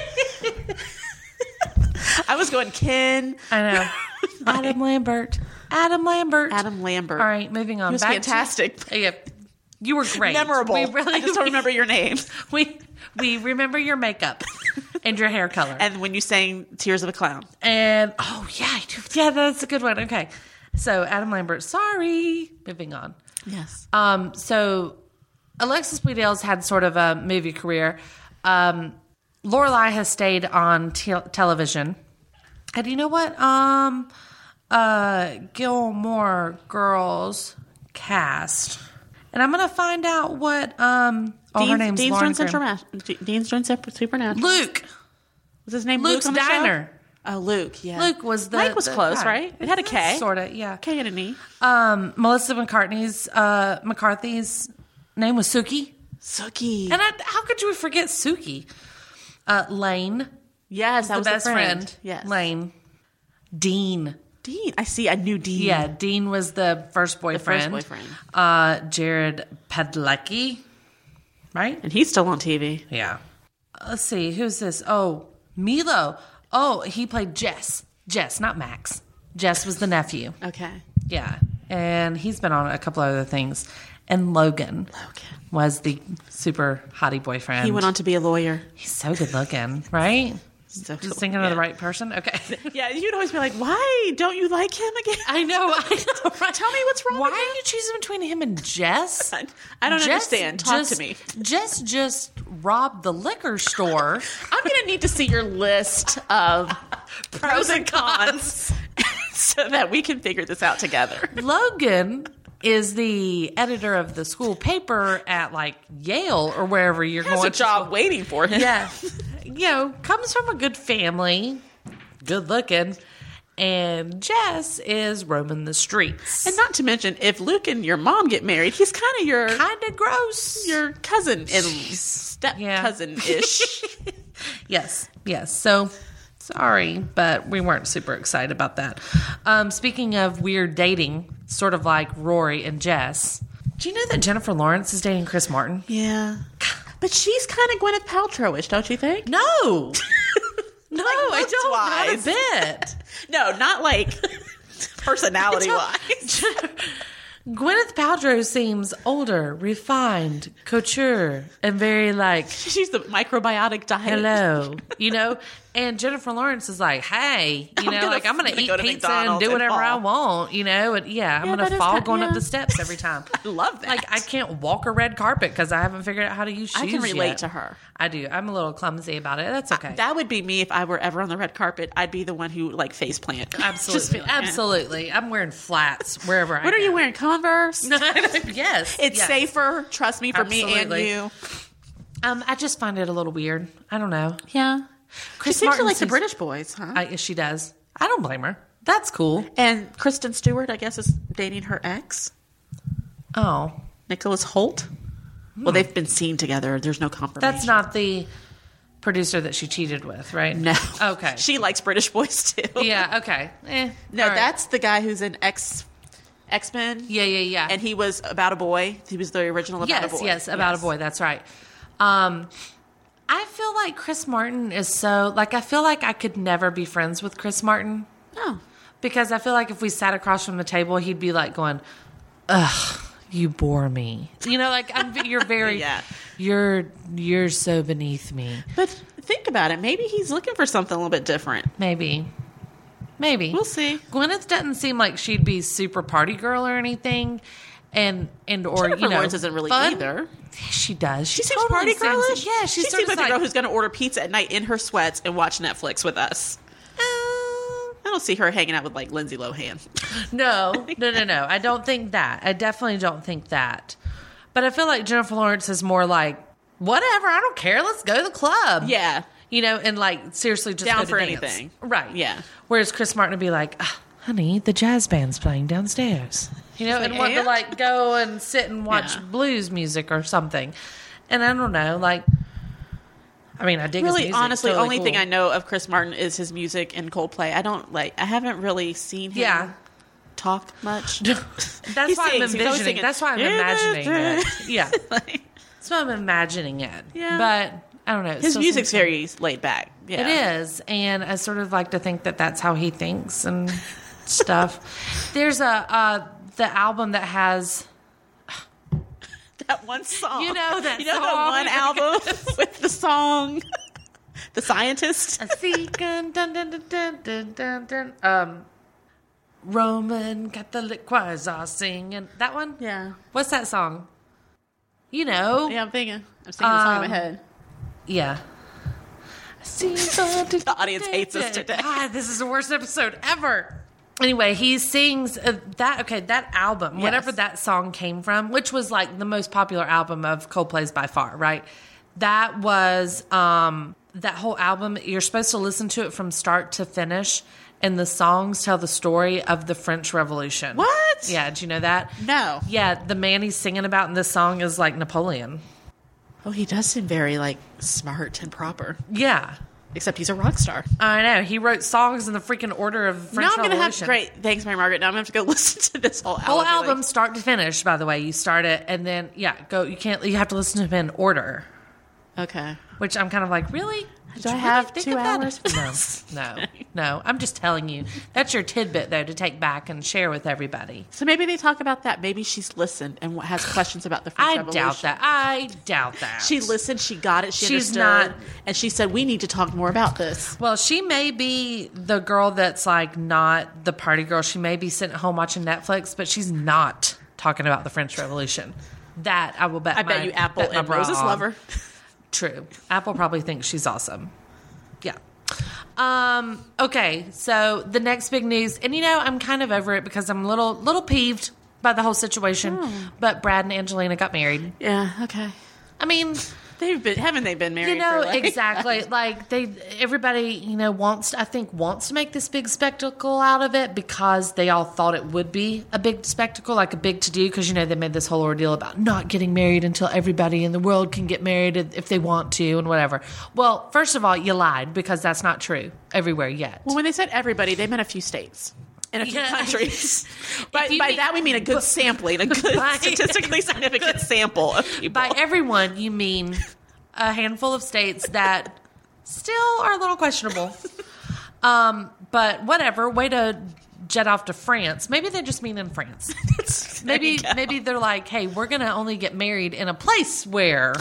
S3: I was going Ken
S4: I know. Adam Lambert. Adam Lambert.
S3: Adam Lambert.
S4: All right, moving on.
S3: He was
S4: Back to-
S3: fantastic.
S4: yeah, you were great.
S3: Memorable.
S4: We really
S3: I just don't remember your name.
S4: We we remember your makeup and your hair color.
S3: And when you sang Tears of a Clown.
S4: And oh yeah, I do. yeah, that's a good one. Okay, so Adam Lambert. Sorry, moving on.
S3: Yes.
S4: Um, so Alexis Bleedale's had sort of a movie career. Um, Lorelai has stayed on te- television. And you know what? Um, uh, Gilmore Girls cast, and I'm gonna find out what. Um, oh, her name's
S3: Dean's
S4: Lauren
S3: joined Central
S4: Grimm.
S3: Mas- D- Dean's joined Sep- Supernatural.
S4: Luke.
S3: Was his name
S4: Luke's
S3: Luke on the show?
S4: Diner.
S3: Oh, Luke. Yeah.
S4: Luke was the
S3: Mike was
S4: the
S3: close,
S4: guy.
S3: right? It had a K.
S4: Sort of, yeah.
S3: K and an E.
S4: Um, Melissa McCartney's uh, McCarthy's name was Suki,
S3: Suki.
S4: and I, how could you forget Suki? Uh, Lane,
S3: yes, that
S4: the
S3: was
S4: best
S3: the
S4: friend.
S3: Yes.
S4: Lane. Dean.
S3: Dean. I see. I knew Dean.
S4: Yeah, Dean was the first boyfriend.
S3: Mm. boyfriend.
S4: Uh, Jared Padalecki, right?
S3: And he's still on TV.
S4: Yeah. Let's see. Who's this? Oh, Milo. Oh, he played Jess. Jess, not Max. Jess was the nephew.
S3: Okay.
S4: Yeah. And he's been on a couple other things. And Logan
S3: Logan.
S4: was the super hottie boyfriend.
S3: He went on to be a lawyer.
S4: He's so good looking, right?
S3: So
S4: Just
S3: cool.
S4: thinking
S3: yeah.
S4: of the right person. Okay.
S3: Yeah, you'd always be like, "Why don't you like him again?"
S4: I know. I know. right?
S3: Tell me what's wrong
S4: Why
S3: with him.
S4: are you choosing between him and Jess?
S3: I don't understand. Talk
S4: just-
S3: to me.
S4: Jess just robbed the liquor store.
S3: I'm going to need to see your list of pros and cons so that we can figure this out together.
S4: Logan is the editor of the school paper at like Yale or wherever you're
S3: There's
S4: going.
S3: a
S4: to
S3: job waiting for him.
S4: yeah, you know, comes from a good family, good looking, and Jess is roaming the streets.
S3: And not to mention, if Luke and your mom get married, he's kind of your
S4: kind of gross.
S3: your cousin and step
S4: Yeah.
S3: cousin ish.
S4: yes, yes. So sorry, but we weren't super excited about that. Um, speaking of weird dating, sort of like Rory and Jess. Do you know that Jennifer Lawrence is dating Chris Martin?
S3: yeah, but she's kind of Gwyneth Paltrow-ish, don't you think?
S4: No. No, I
S3: looks
S4: don't.
S3: wise.
S4: Not a bit.
S3: No, not like personality wise.
S4: Gwyneth Paltrow seems older, refined, couture, and very like,
S3: She's the microbiotic diet.
S4: hello, you know? And Jennifer Lawrence is like, hey, you
S3: I'm
S4: know,
S3: gonna-
S4: like I'm going
S3: I'm
S4: to
S3: gonna
S4: eat
S3: go to
S4: pizza and
S3: McDonald's
S4: do
S3: and
S4: whatever I
S3: fall.
S4: want, you know? And yeah, I'm
S3: Yeah,
S4: going
S3: that
S4: to
S3: is
S4: fall
S3: kind-
S4: going up
S3: yeah.
S4: the steps every time.
S3: I love that.
S4: Like I can't walk a red carpet because I haven't figured out how to use shoes.
S3: I can relate
S4: yet.
S3: to her.
S4: I do. I'm a little clumsy about it. That's okay.
S3: That would be me if I were ever on the red carpet. I'd be the one who like face plant.
S4: absolutely,
S3: Just be like, eh.
S4: absolutely. I'm wearing flats wherever I.
S3: What are
S4: go.
S3: you wearing? Converse.
S4: yes,
S3: It's
S4: yes.
S3: safer. Trust me, for
S4: Absolutely.
S3: me and you.
S4: Um, I just find it a little weird. I don't know.
S3: Yeah.
S4: Chris
S3: she seems to
S4: Martin
S3: like the
S4: seems-
S3: British boys, huh?
S4: I, she does. I don't blame her. That's cool.
S3: and Kristen Stewart, I guess, is dating her ex,
S4: Oh,
S3: Nicholas Holt. Well, they've been seen together. There's no confirmation.
S4: that's not the producer that she cheated with, right?
S3: No.
S4: Okay.
S3: She likes British boys too.
S4: yeah. Okay. Eh,
S3: No,
S4: all right.
S3: that's the guy who's in X X Men.
S4: yeah, yeah, yeah.
S3: And he was about a boy. He was the original about
S4: yes,
S3: a boy.
S4: yes, about a boy. That's right. Um, I feel like Chris Martin is so like I feel like I could never be friends with Chris Martin
S3: Oh.
S4: because I feel like if we sat across from the table, he'd be like going, "Ugh, you bore me." You know, like I'm, you're very,
S3: Yeah.
S4: you're you're so beneath me.
S3: But think about it. Maybe he's looking for something a little bit different.
S4: Maybe. Maybe.
S3: We'll see.
S4: Gwyneth doesn't seem like she'd be super party girl or anything. and and or
S3: Jennifer
S4: you know,
S3: Lawrence isn't really
S4: fun.
S3: either.
S4: She does.
S3: She seems
S4: totally
S3: party
S4: seems-
S3: girlish.
S4: Yeah, she's
S3: she
S4: sort
S3: seems
S4: of
S3: like the girl who's going to order pizza at night in her sweats and watch Netflix with us.
S4: Oh.
S3: I don't see her hanging out with like Lindsay Lohan.
S4: No, no, no, no. I don't think that. I definitely don't think that. But I feel like Jennifer Lawrence is more like, whatever, I don't care. Let's go to the club.
S3: Yeah.
S4: You know, and like seriously just
S3: Down
S4: go to
S3: for
S4: dance.
S3: anything.
S4: Right.
S3: Yeah.
S4: Whereas Chris Martin would be like, "Ah, honey, the jazz band's playing downstairs. You know,
S3: like,
S4: and want to
S3: "And?"
S4: like go and sit and watch
S3: Yeah.
S4: blues music or something. And I don't know, like, I mean, I dig his
S3: Really,
S4: music.
S3: honestly,
S4: Totally
S3: only thing
S4: cool.
S3: I know of Chris Martin is his music and Coldplay. I don't like. I haven't really seen him
S4: Yeah.
S3: talk much.
S4: That's
S3: He
S4: why I'm
S3: sings. He's always
S4: envisioning.
S3: singing.
S4: That's why I'm imagining it. Yeah.
S3: Like,
S4: So I'm imagining it.
S3: Yeah.
S4: But I don't know. it
S3: his
S4: still
S3: music's
S4: seems-
S3: very laid back. Yeah.
S4: It is. And I sort of like to think that that's how he thinks and stuff. There's a, uh, the album that has,
S3: that one song.
S4: You know that
S3: you know
S4: song.
S3: that one album with the song, the scientist.
S4: a secret, dun, dun, dun, dun, dun, dun, dun, um, Roman Catholic choirs are singing. That one?
S3: Yeah.
S4: What's that song? You know?
S3: Yeah, I'm thinking. I'm singing the song in
S4: Um,
S3: my head.
S4: Yeah.
S3: The
S4: the
S3: audience hates us today.
S4: God, this is the worst episode ever. Anyway, he sings uh, that. Okay, that album, whatever that song came from, which was like the most popular album of Coldplay's by far, right? That was um, that whole album. You're supposed to listen to it from start to finish, and the songs tell the story of the French Revolution.
S3: What?
S4: Yeah, did you know that?
S3: No.
S4: Yeah, the man he's singing about in this song is like Napoleon.
S3: Oh, he does seem very like smart and proper.
S4: Yeah,
S3: Except he's a rock star.
S4: I know. He wrote songs in the freaking order of French
S3: now I'm gonna have
S4: Revolution.
S3: great. Thanks, Mary Margaret. Now I'm gonna have to go listen to this whole album.
S4: Whole
S3: Be like,
S4: album, start to finish. By the way, you start it, and then yeah, go. You can't. You have to listen to them in order,
S3: okay.
S4: which I'm kind of like, really? Did
S3: I
S4: you
S3: have
S4: think
S3: two
S4: of that?
S3: hours?
S4: No, no, no. I'm just telling you. That's your tidbit though to take back and share with everybody.
S3: So maybe they talk about that. Maybe she's listened and has questions about the French
S4: I
S3: Revolution.
S4: doubt that. I doubt that.
S3: She listened. She got it. She
S4: She's
S3: understood.
S4: not-
S3: and she said, "We need to talk more about this."
S4: Well, she may be the girl that's like not the party girl. She may be sitting at home watching Netflix, but she's not talking about the French Revolution. That I will bet.
S3: I bet
S4: my-
S3: you Apple
S4: bet my
S3: and
S4: bra
S3: Roses
S4: on.
S3: love her.
S4: True. Apple probably thinks she's awesome. Yeah. Um, okay, so the next big news, and you know, I'm kind of over it because I'm a little little peeved by the whole situation. But Brad and Angelina got married.
S3: Yeah. Okay.
S4: I mean,
S3: They've been haven't they been married?
S4: you know
S3: for, like-
S4: exactly like they everybody you know wants i think wants to make this big spectacle out of it because they all thought it would be a big spectacle like a big to do because you know they made this whole ordeal about not getting married until everybody in the world can get married if they want to and whatever well first of all you lied because that's not true everywhere yet
S3: Well, when they said everybody, they meant a few states and a few
S4: Yeah.
S3: countries. By,
S4: If you
S3: by
S4: mean-
S3: that we mean a good sampling, a good
S4: By-
S3: statistically significant sample of people.
S4: by everyone you mean a handful of states that still are a little questionable um, but whatever way to jet off to france maybe they just mean in france maybe maybe they're like hey we're gonna only get married in a place where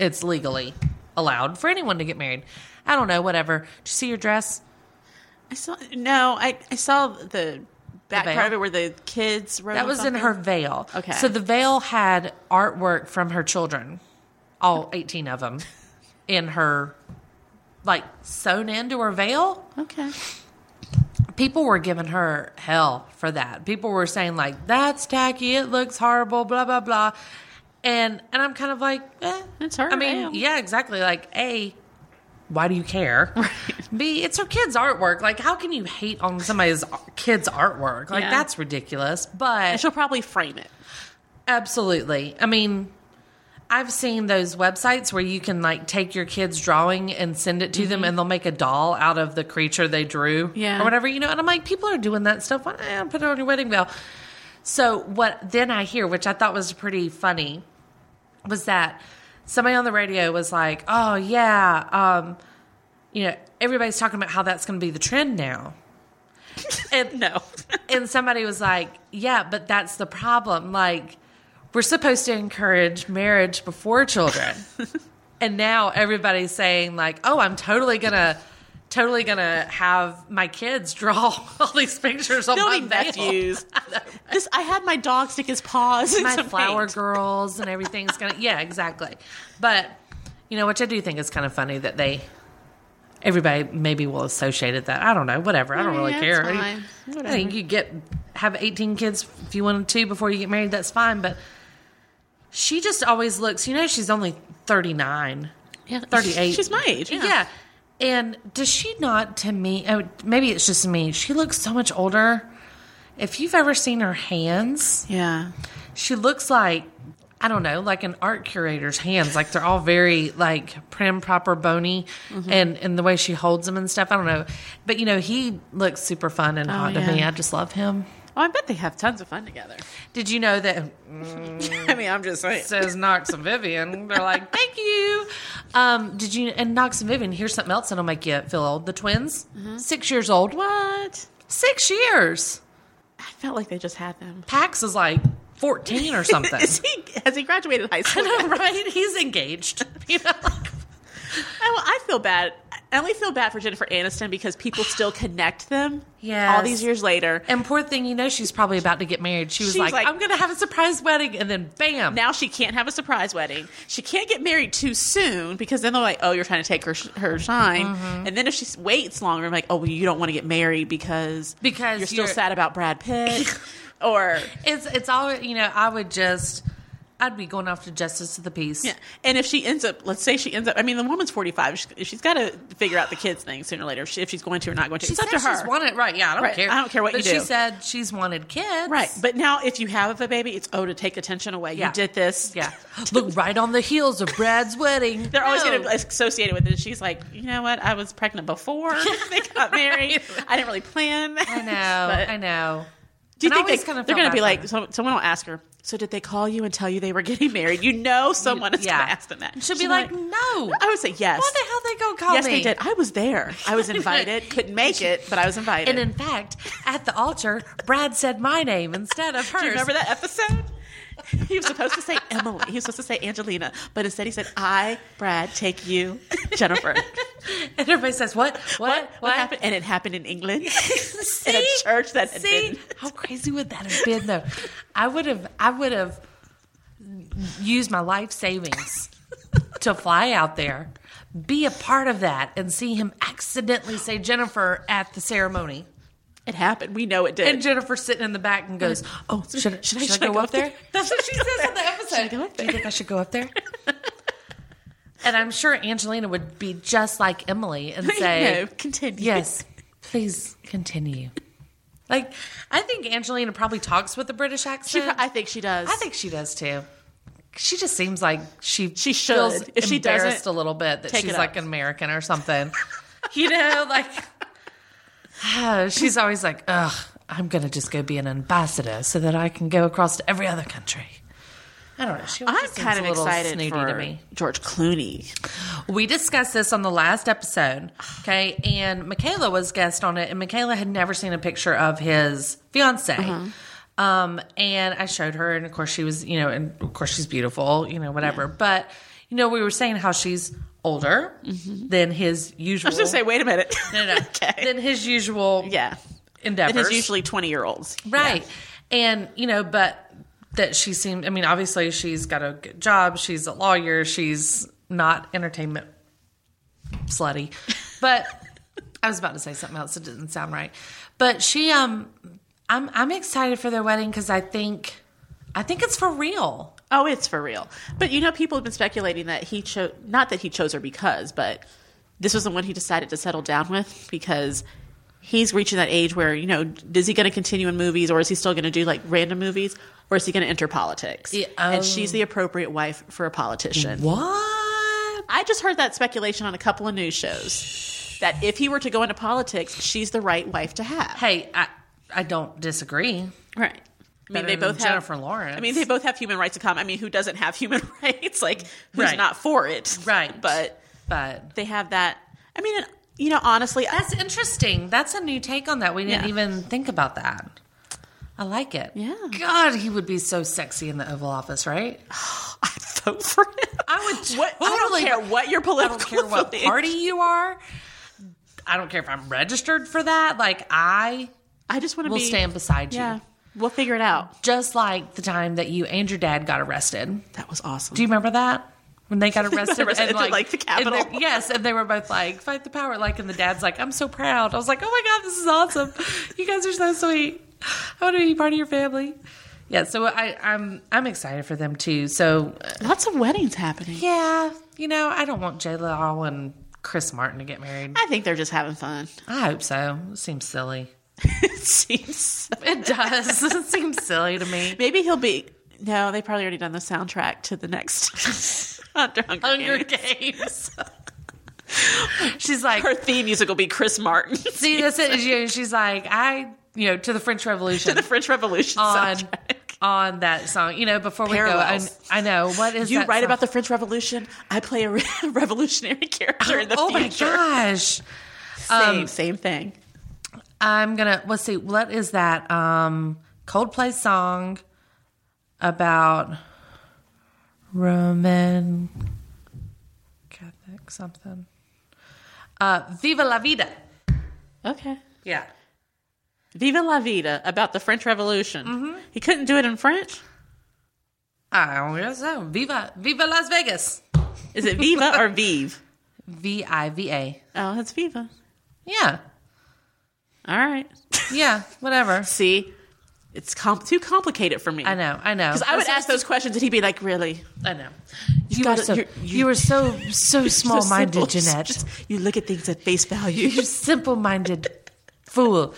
S4: it's legally allowed for anyone to get married i don't know whatever did you see your dress
S3: I saw no, I, I saw the back
S4: veil?
S3: part of it where the kids wrote.
S4: that
S3: on
S4: was in
S3: something.
S4: her veil
S3: Okay.
S4: so the veil had artwork from her children all 18 of them in her like sewn into her veil
S3: Okay.
S4: people were giving her hell for that. People were saying like, "That's tacky. It looks horrible." Blah blah blah. And and I'm kind of like, eh.
S3: It's her
S4: I mean,
S3: veil.
S4: yeah, exactly. Like, a, why do you care? B, it's her kid's artwork. Like, how can you hate on somebody's kid's artwork? Like,
S3: Yeah.
S4: that's ridiculous.
S3: And
S4: But
S3: she'll probably frame it.
S4: Absolutely. I mean, I've seen those websites where you can like take your kid's drawing and send it to them and they'll make a doll out of the creature they drew
S3: Yeah.
S4: or whatever, you know. And I'm like, people are doing that stuff. Why not put it on your wedding veil? So, what then I hear, which I thought was pretty funny, was that somebody on the radio was like, oh, yeah, um, you know, everybody's talking about how that's going to be the trend now. and
S3: No.
S4: and somebody was like, "Yeah, but that's the problem. Like, we're supposed to encourage marriage before children, and now everybody's saying like, "Oh, I'm totally gonna totally gonna have my kids draw all these pictures on
S3: They'll
S4: my
S3: be
S4: mail.
S3: nephews. this I had my dog stick his paws in
S4: my
S3: some
S4: flower
S3: paint.
S4: girls and everything's gonna yeah exactly but you know which i do think is kind of funny that they everybody maybe will associate it that i don't know whatever i don't
S3: Yeah,
S4: really
S3: it's
S4: care
S3: fine.
S4: i think you get have 18 kids if you wanted to before you get married that's fine but she just always looks you know she's only 39
S3: Yeah,
S4: 38
S3: She's my age. Yeah.
S4: yeah. And does she not, to me, oh, maybe it's just me, she looks so much older. If you've ever seen her hands,
S3: Yeah.
S4: she looks like, I don't know, like an art curator's hands. Like they're all very like prim, proper, bony, and and the way she holds them and stuff. I don't know, but you know he looks super fun and hot to
S3: yeah.
S4: me. I just love him.
S3: Oh, I bet they have tons of fun together.
S4: Did you know that
S3: I mean, I'm just saying.
S4: says Knox and Vivian. They're like, thank you. Um, did you and Knox and Vivian? Here's something else that'll make you feel old. The twins, six years old.
S3: What?
S4: Six years.
S3: I felt like they just had them.
S4: Pax is like fourteen or something.
S3: Is he, has he graduated high
S4: I
S3: school?
S4: know, right? He's engaged. You know, like,
S3: I, well, I feel bad. I only feel bad for Jennifer Aniston because people still connect them.
S4: Yes.
S3: All these years later.
S4: and poor thing, you know, she's probably about to get married. She was
S3: She's
S4: like,
S3: like-
S4: I'm going to have a surprise wedding, and then bam.
S3: Now she can't have a surprise wedding. She can't get married too soon because then they're like, "Oh, you're trying to take her sh- her shine."
S4: Mm-hmm.
S3: And then if she s- waits longer, I'm like, "Oh, well, you don't want to get married because
S4: Because
S3: you're still
S4: you're-
S3: sad about Brad Pitt." or
S4: it's it's all you know. I would just, I'd be going off to justice of the peace.
S3: yeah. And if she ends up, let's say she ends up. I mean, the woman's 45. She, she's got to figure out the kids thing sooner or later. If, she, if she's going to or not going to,
S4: She
S3: it's up
S4: said
S3: to her.
S4: she's wanted, right? Yeah, I don't
S3: Right.
S4: care.
S3: I don't care what
S4: but
S3: you
S4: She
S3: do.
S4: said she's wanted kids,
S3: Right, but now if you have a baby, it's oh to take attention away.
S4: Yeah.
S3: You did this.
S4: Yeah. Look right on the heels of Brad's wedding.
S3: They're always going
S4: No.
S3: to associate it with it. She's like, you know what? I was pregnant before they got married. I didn't really plan. That.
S4: I know. I know.
S3: Do you
S4: And I
S3: think they,
S4: always kinda
S3: they're
S4: felt
S3: going to be
S4: bad
S3: like,
S4: for
S3: so, someone will ask her? So did they call you and tell you they were getting married? You know, someone is
S4: yeah.
S3: going to ask them that.
S4: She'll be
S3: She's
S4: like, no.
S3: I would say yes.
S4: Why the hell they gonna call
S3: yes,
S4: me?
S3: they did. I was there. I was invited. Couldn't make it, but I was invited.
S4: And in fact, at the altar, Brad said my name instead of hers.
S3: Do you remember that episode? He was supposed to say Emily. He was supposed to say Angelina, but instead he said, "I, Brad, take you, Jennifer."
S4: And everybody says, what? What?
S3: What? What happened? And it happened in England in a
S4: See?
S3: church that had
S4: See
S3: been.
S4: how crazy would that have been though? I would have I would have used my life savings to fly out there, be a part of that, and see him accidentally say Jennifer at the ceremony.
S3: It happened. We know it did.
S4: And Jennifer sitting in the back and goes, "Oh, should, should, I, should I go up there?" That's what she says in the episode.
S3: I go up
S4: Do you think I should go up there? and I'm sure Angelina would be just like Emily and say,
S3: no, continue.
S4: Yes, please continue. Like, I think Angelina probably talks with a British
S3: She,
S4: accent.
S3: pro- I think she does.
S4: I think she does too. She just seems like she
S3: She should.
S4: feels
S3: If she doesn't,
S4: embarrassed a little bit that
S3: take
S4: she's
S3: it
S4: like
S3: up.
S4: an American or something. you know, like oh, she's always like, "Ugh, I'm gonna just go be an ambassador so that I can go across to every other country." I don't know. She always
S3: I'm
S4: just
S3: kind
S4: seems
S3: of
S4: a little
S3: excited
S4: snooty
S3: for
S4: to me.
S3: George Clooney.
S4: We discussed this on the last episode, okay? And Michaela was guest on it, and Michaela had never seen a picture of his fiance.
S3: Uh-huh.
S4: Um, and I showed her, and of course she was, you know, and of course she's beautiful, you know, whatever. But you know, we were saying how she's older than his usual.
S3: Mm-hmm. I was going to say, wait a minute.
S4: no, no, no,
S3: okay.
S4: than his usual
S3: yeah. It
S4: endeavors,
S3: is usually 20 year olds.
S4: right? And you know, but that she seemed. I mean, obviously she's got a good job. She's a lawyer. She's not entertainment slutty. But I was about to say something else that didn't sound right. But she um I'm I'm excited for their wedding cuz I think I think it's for real.
S3: Oh, it's for real. But you know, people have been speculating that he chose, not that he chose her because, but this was the one he decided to settle down with because he's reaching that age where, you know, is he going to continue in movies or is he still going to do like random movies or is he going to enter politics?
S4: Yeah, oh.
S3: And she's the appropriate wife for a politician.
S4: What?
S3: I just heard that speculation on a couple of news shows that if he were to go into politics, she's the right wife to have.
S4: Hey, I I don't disagree.
S3: Right. I mean,
S4: Better
S3: they
S4: than
S3: both
S4: Jennifer
S3: have,
S4: Lawrence.
S3: I mean, they both have human rights to come. I mean, who doesn't have human rights? Like, who's
S4: Right.
S3: not for it?
S4: Right.
S3: But
S4: But
S3: they have that. I mean, and, you know, honestly, I,
S4: that's interesting. That's a new take on that. We didn't
S3: Yeah.
S4: even think about that. I like it.
S3: Yeah.
S4: God, he would be so sexy in the Oval Office, right?
S3: I vote for him.
S4: I would
S3: What, I
S4: totally-
S3: don't care what your
S4: I
S3: political.
S4: don't care what
S3: affiliation-
S4: party you are. I don't care if I'm registered for that. Like I
S3: I just want to
S4: will
S3: be
S4: stand beside you.
S3: Yeah, we'll figure it out.
S4: Just like the time that you and your dad got arrested.
S3: That was awesome.
S4: Do you remember that? When they got arrested,
S3: arrested at, like, the
S4: and they-
S3: Capitol.
S4: yes, and they were both like, fight the power. Like, and the dad's like, I'm so proud. I was like, oh my God, this is awesome. You guys are so sweet. I want to be part of your family. Yeah, so I, I'm I'm excited for them too. So uh,
S3: Lots of weddings happening.
S4: yeah, you know, I don't want J Lo and Chris Martin to get married.
S3: I think they're just having fun.
S4: I hope so. It seems silly.
S3: it seems.
S4: It does. it seems silly to me.
S3: Maybe he'll be. No, they probably already done the soundtrack to the next Under Hunger,
S4: Hunger
S3: Games.
S4: Games. She's like,
S3: Her theme music will be Chris Martin.
S4: see, that's it. She- She's like, I, you know, to the French Revolution
S3: the French Revolution
S4: on
S3: soundtrack.
S4: on that song. You know, before we
S3: Parallels.
S4: go, I, I know what is
S3: You
S4: that
S3: write
S4: song?
S3: about the French Revolution. I play a re- revolutionary character in the
S4: oh
S3: future. Um,
S4: my gosh.
S3: Same, same thing.
S4: I'm gonna let's see. What is that? Um, Coldplay song about Roman Catholic something. Uh, Viva la vida.
S3: Okay.
S4: Yeah.
S3: Viva la vida about the French Revolution.
S4: Mm-hmm.
S3: He couldn't do it in French.
S4: I don't guess so. Viva Viva Las Vegas.
S3: Is it Viva or Vive?
S4: V I V A.
S3: Oh, it's Viva.
S4: Yeah.
S3: All right.
S4: Yeah. Whatever.
S3: See, it's com- too complicated for me.
S4: I know. I know.
S3: Because I would ask those questions, and he'd be like, "Really?
S4: I know.
S3: You,
S4: You are
S3: gotta-
S4: so you,
S3: you're-
S4: are so so
S3: you're so
S4: small minded,
S3: simple.
S4: Jeanette.
S3: Just- you look at things at face value.
S4: You simple minded fool.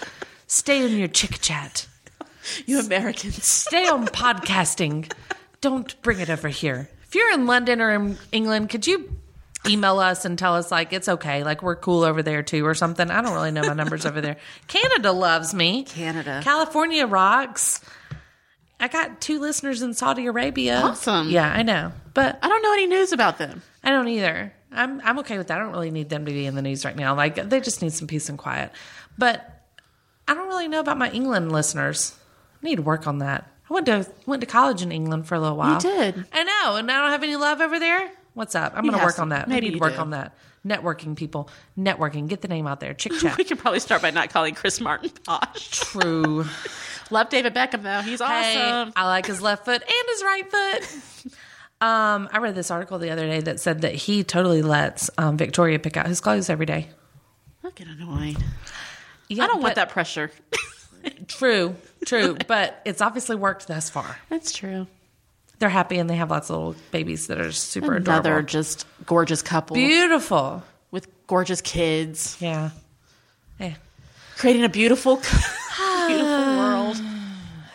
S4: Stay in your chick chat.
S3: you Americans.
S4: Stay on podcasting. Don't bring it over here. If you're in London or in England, could you email us and tell us like it's okay, like we're cool over there too or something? I don't really know my numbers over there. Canada loves me.
S3: Canada.
S4: California rocks. I got two listeners in Saudi Arabia.
S3: Awesome.
S4: Yeah, I know. But
S3: I don't know any news about them.
S4: I don't either. I'm I'm okay with that. I don't really need them to be in the news right now. Like they just need some peace and quiet. But I don't really know about my England listeners. I need to work on that. I went to went to college in England for a little while.
S3: did.
S4: I know, and I don't have any love over there. What's up? I'm going to
S3: have
S4: work
S3: some.
S4: on that.
S3: Maybe
S4: I need to
S3: you
S4: work
S3: do.
S4: on that. Networking people, networking. Get the name out there. Chick chat.
S3: We can probably start by not calling Chris Martin posh.
S4: True.
S3: Love David Beckham though; he's
S4: Hey,
S3: awesome.
S4: I like his left foot and his right foot. Um, I read this article the other day that said that he totally lets um, Victoria pick out his clothes every day.
S3: I get annoyed.
S4: Yeah,
S3: I don't want
S4: but-
S3: that pressure.
S4: True, true, but it's obviously worked thus far.
S3: That's true.
S4: They're happy and they have lots of little babies that are super
S3: Another
S4: adorable,
S3: just gorgeous couple
S4: beautiful.
S3: with gorgeous kids,
S4: Yeah, Eh. yeah.
S3: creating a beautiful, beautiful world.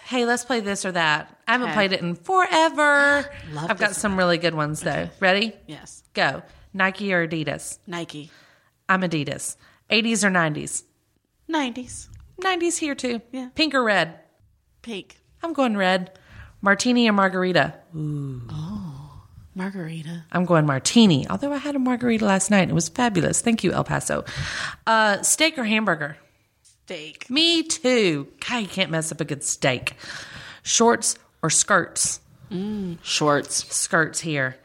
S4: Hey, let's play this or that. I haven't
S3: Okay.
S4: played it in forever.
S3: Love
S4: I've got
S3: this
S4: some really good ones though. Ready?
S3: Yes,
S4: Go. Nike or Adidas?
S3: Nike,
S4: I'm Adidas. 80s or 90s?
S3: nineties,
S4: 90s here too.
S3: Yeah.
S4: Pink or red?
S3: pink,
S4: I'm going red. Martini or margarita?
S3: margarita.
S4: I'm going martini. Although I had a margarita last night, it was fabulous. Thank you, El Paso. Uh, steak or hamburger?
S3: steak,
S4: Me too. God, you can't mess up a good steak. Shorts or skirts?
S3: shorts,
S4: Skirts here.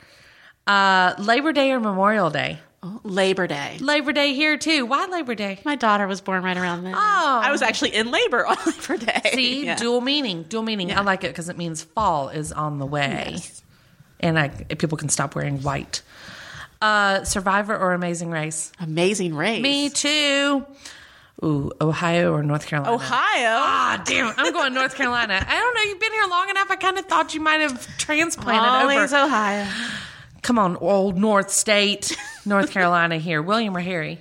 S4: Uh, Labor Day or Memorial Day?
S3: Labor Day.
S4: Labor Day here too. Why Labor Day?
S3: My daughter was born right around then.
S4: Oh.
S3: I was actually in labor on Labor Day.
S4: See,
S3: Yeah.
S4: dual meaning. Dual meaning. I like it because it means fall is on the way,
S3: Yes.
S4: and I, people can stop wearing white. Uh, Survivor or Amazing Race?
S3: amazing race.
S4: Me too. Ooh, Ohio or North Carolina?
S3: Ohio.
S4: Ah, damn. I'm going North Carolina. I don't know. You've been here long enough. I kind of thought you might have transplanted
S3: Always
S4: over.
S3: Ohio.
S4: Come on, old North State, North Carolina here. William or Harry?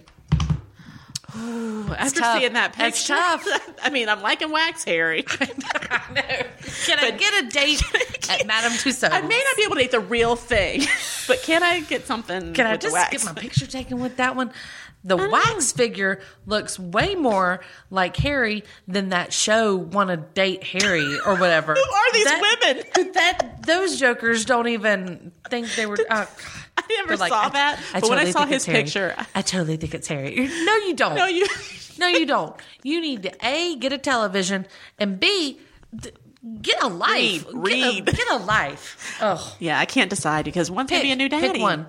S3: After
S4: tough.
S3: seeing that picture,
S4: It's tough.
S3: I mean, I'm liking wax, Harry.
S4: Can I get a date at Madame Tussauds?
S3: I may not be able to eat the real thing, but can I get something?
S4: Can I
S3: with the
S4: just
S3: wax?
S4: get my picture taken with that one? The wax figure looks way more like Harry than that show "Want to Date Harry" or whatever.
S3: Who are these
S4: That-
S3: women?
S4: That those jokers don't even think they were. Oh, God.
S3: I never
S4: They're like,
S3: saw that. but when I
S4: totally
S3: saw
S4: think
S3: his
S4: it's Harry.
S3: picture,
S4: I totally think it's Harry. No, you don't.
S3: no, you.
S4: No, you don't. You need to a get a television and b th- get a life.
S3: Read,
S4: Get a-
S3: read.
S4: Get, a, life. Oh,
S3: Yeah, I can't decide because one's gonna
S4: pick,
S3: be a new daddy.
S4: pick one.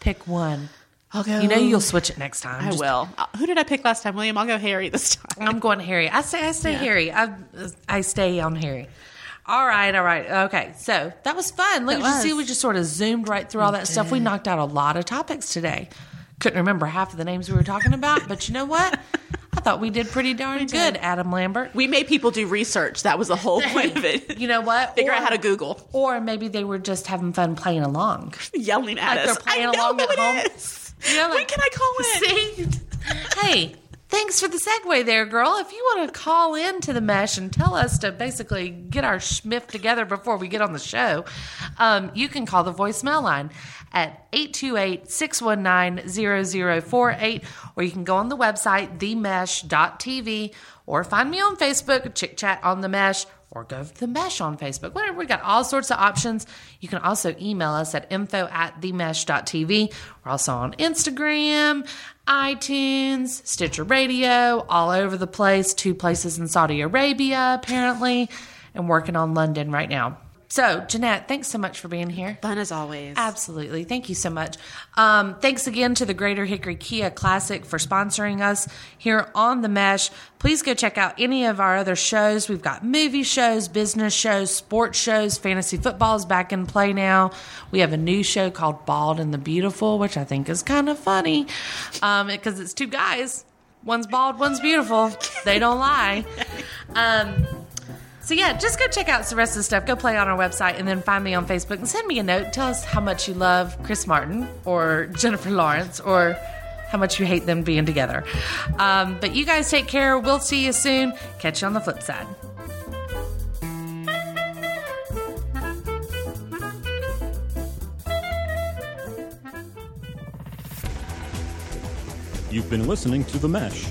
S4: Pick one.
S3: I'll go.
S4: You know you'll switch it next time.
S3: I
S4: Just-
S3: will. Uh, Who did I pick last time? William. I'll go Harry this time.
S4: I'm going Harry. I stay. I stay Harry. I I stay on Harry. All right, all right, okay. So that was fun. Look,
S3: That
S4: you see,
S3: was.
S4: we just sort of zoomed right through all that stuff. We knocked out a lot of topics today. Couldn't remember half of the names we were talking about, but you know what? I thought we did pretty darn good, Adam Lambert.
S3: We made people do research. That was the whole point of it.
S4: You know what?
S3: Figure
S4: Or-
S3: out how to Google.
S4: Or maybe they were just having fun playing along.
S3: Yelling at
S4: Like
S3: us.
S4: they're playing
S3: I know
S4: along
S3: who
S4: at
S3: it
S4: home.
S3: is.
S4: You know,
S3: when
S4: like-
S3: can I call in?
S4: See? hey, thanks for the segue there, girl. If you want to call in to the mesh and tell us to basically get our schmiff together before we get on the show, um, you can call the voicemail line at 828-619-0048 or you can go on the website themesh.tv or find me on Facebook, Chick Chat on the Mesh, or go to the mesh on Facebook. Whatever, we got all sorts of options. You can also email us at info at themesh.tv. We're also on Instagram, iTunes, Stitcher Radio, all over the place, two places in Saudi Arabia, apparently, and working on London right now. So, Jeanette, thanks so much for being here.
S3: Fun as always.
S4: Absolutely. Thank you so much. Um, thanks again to the Greater Hickory Kia Classic for sponsoring us here on The Mesh. Please go check out any of our other shows. We've got movie shows, business shows, sports shows, fantasy football is back in play now. We have a new show called Bald and the Beautiful, which I think is kind of funny um, because it's two guys. One's bald, one's beautiful. They don't lie. Um, so yeah, just go check out the rest of the stuff. Go play on our website and then find me on Facebook and send me a note. Tell us how much you love Chris Martin or Jennifer Lawrence or how much you hate them being together. Um, but you guys take care. We'll see you soon. Catch you on the flip side.
S1: You've been listening to The Mesh,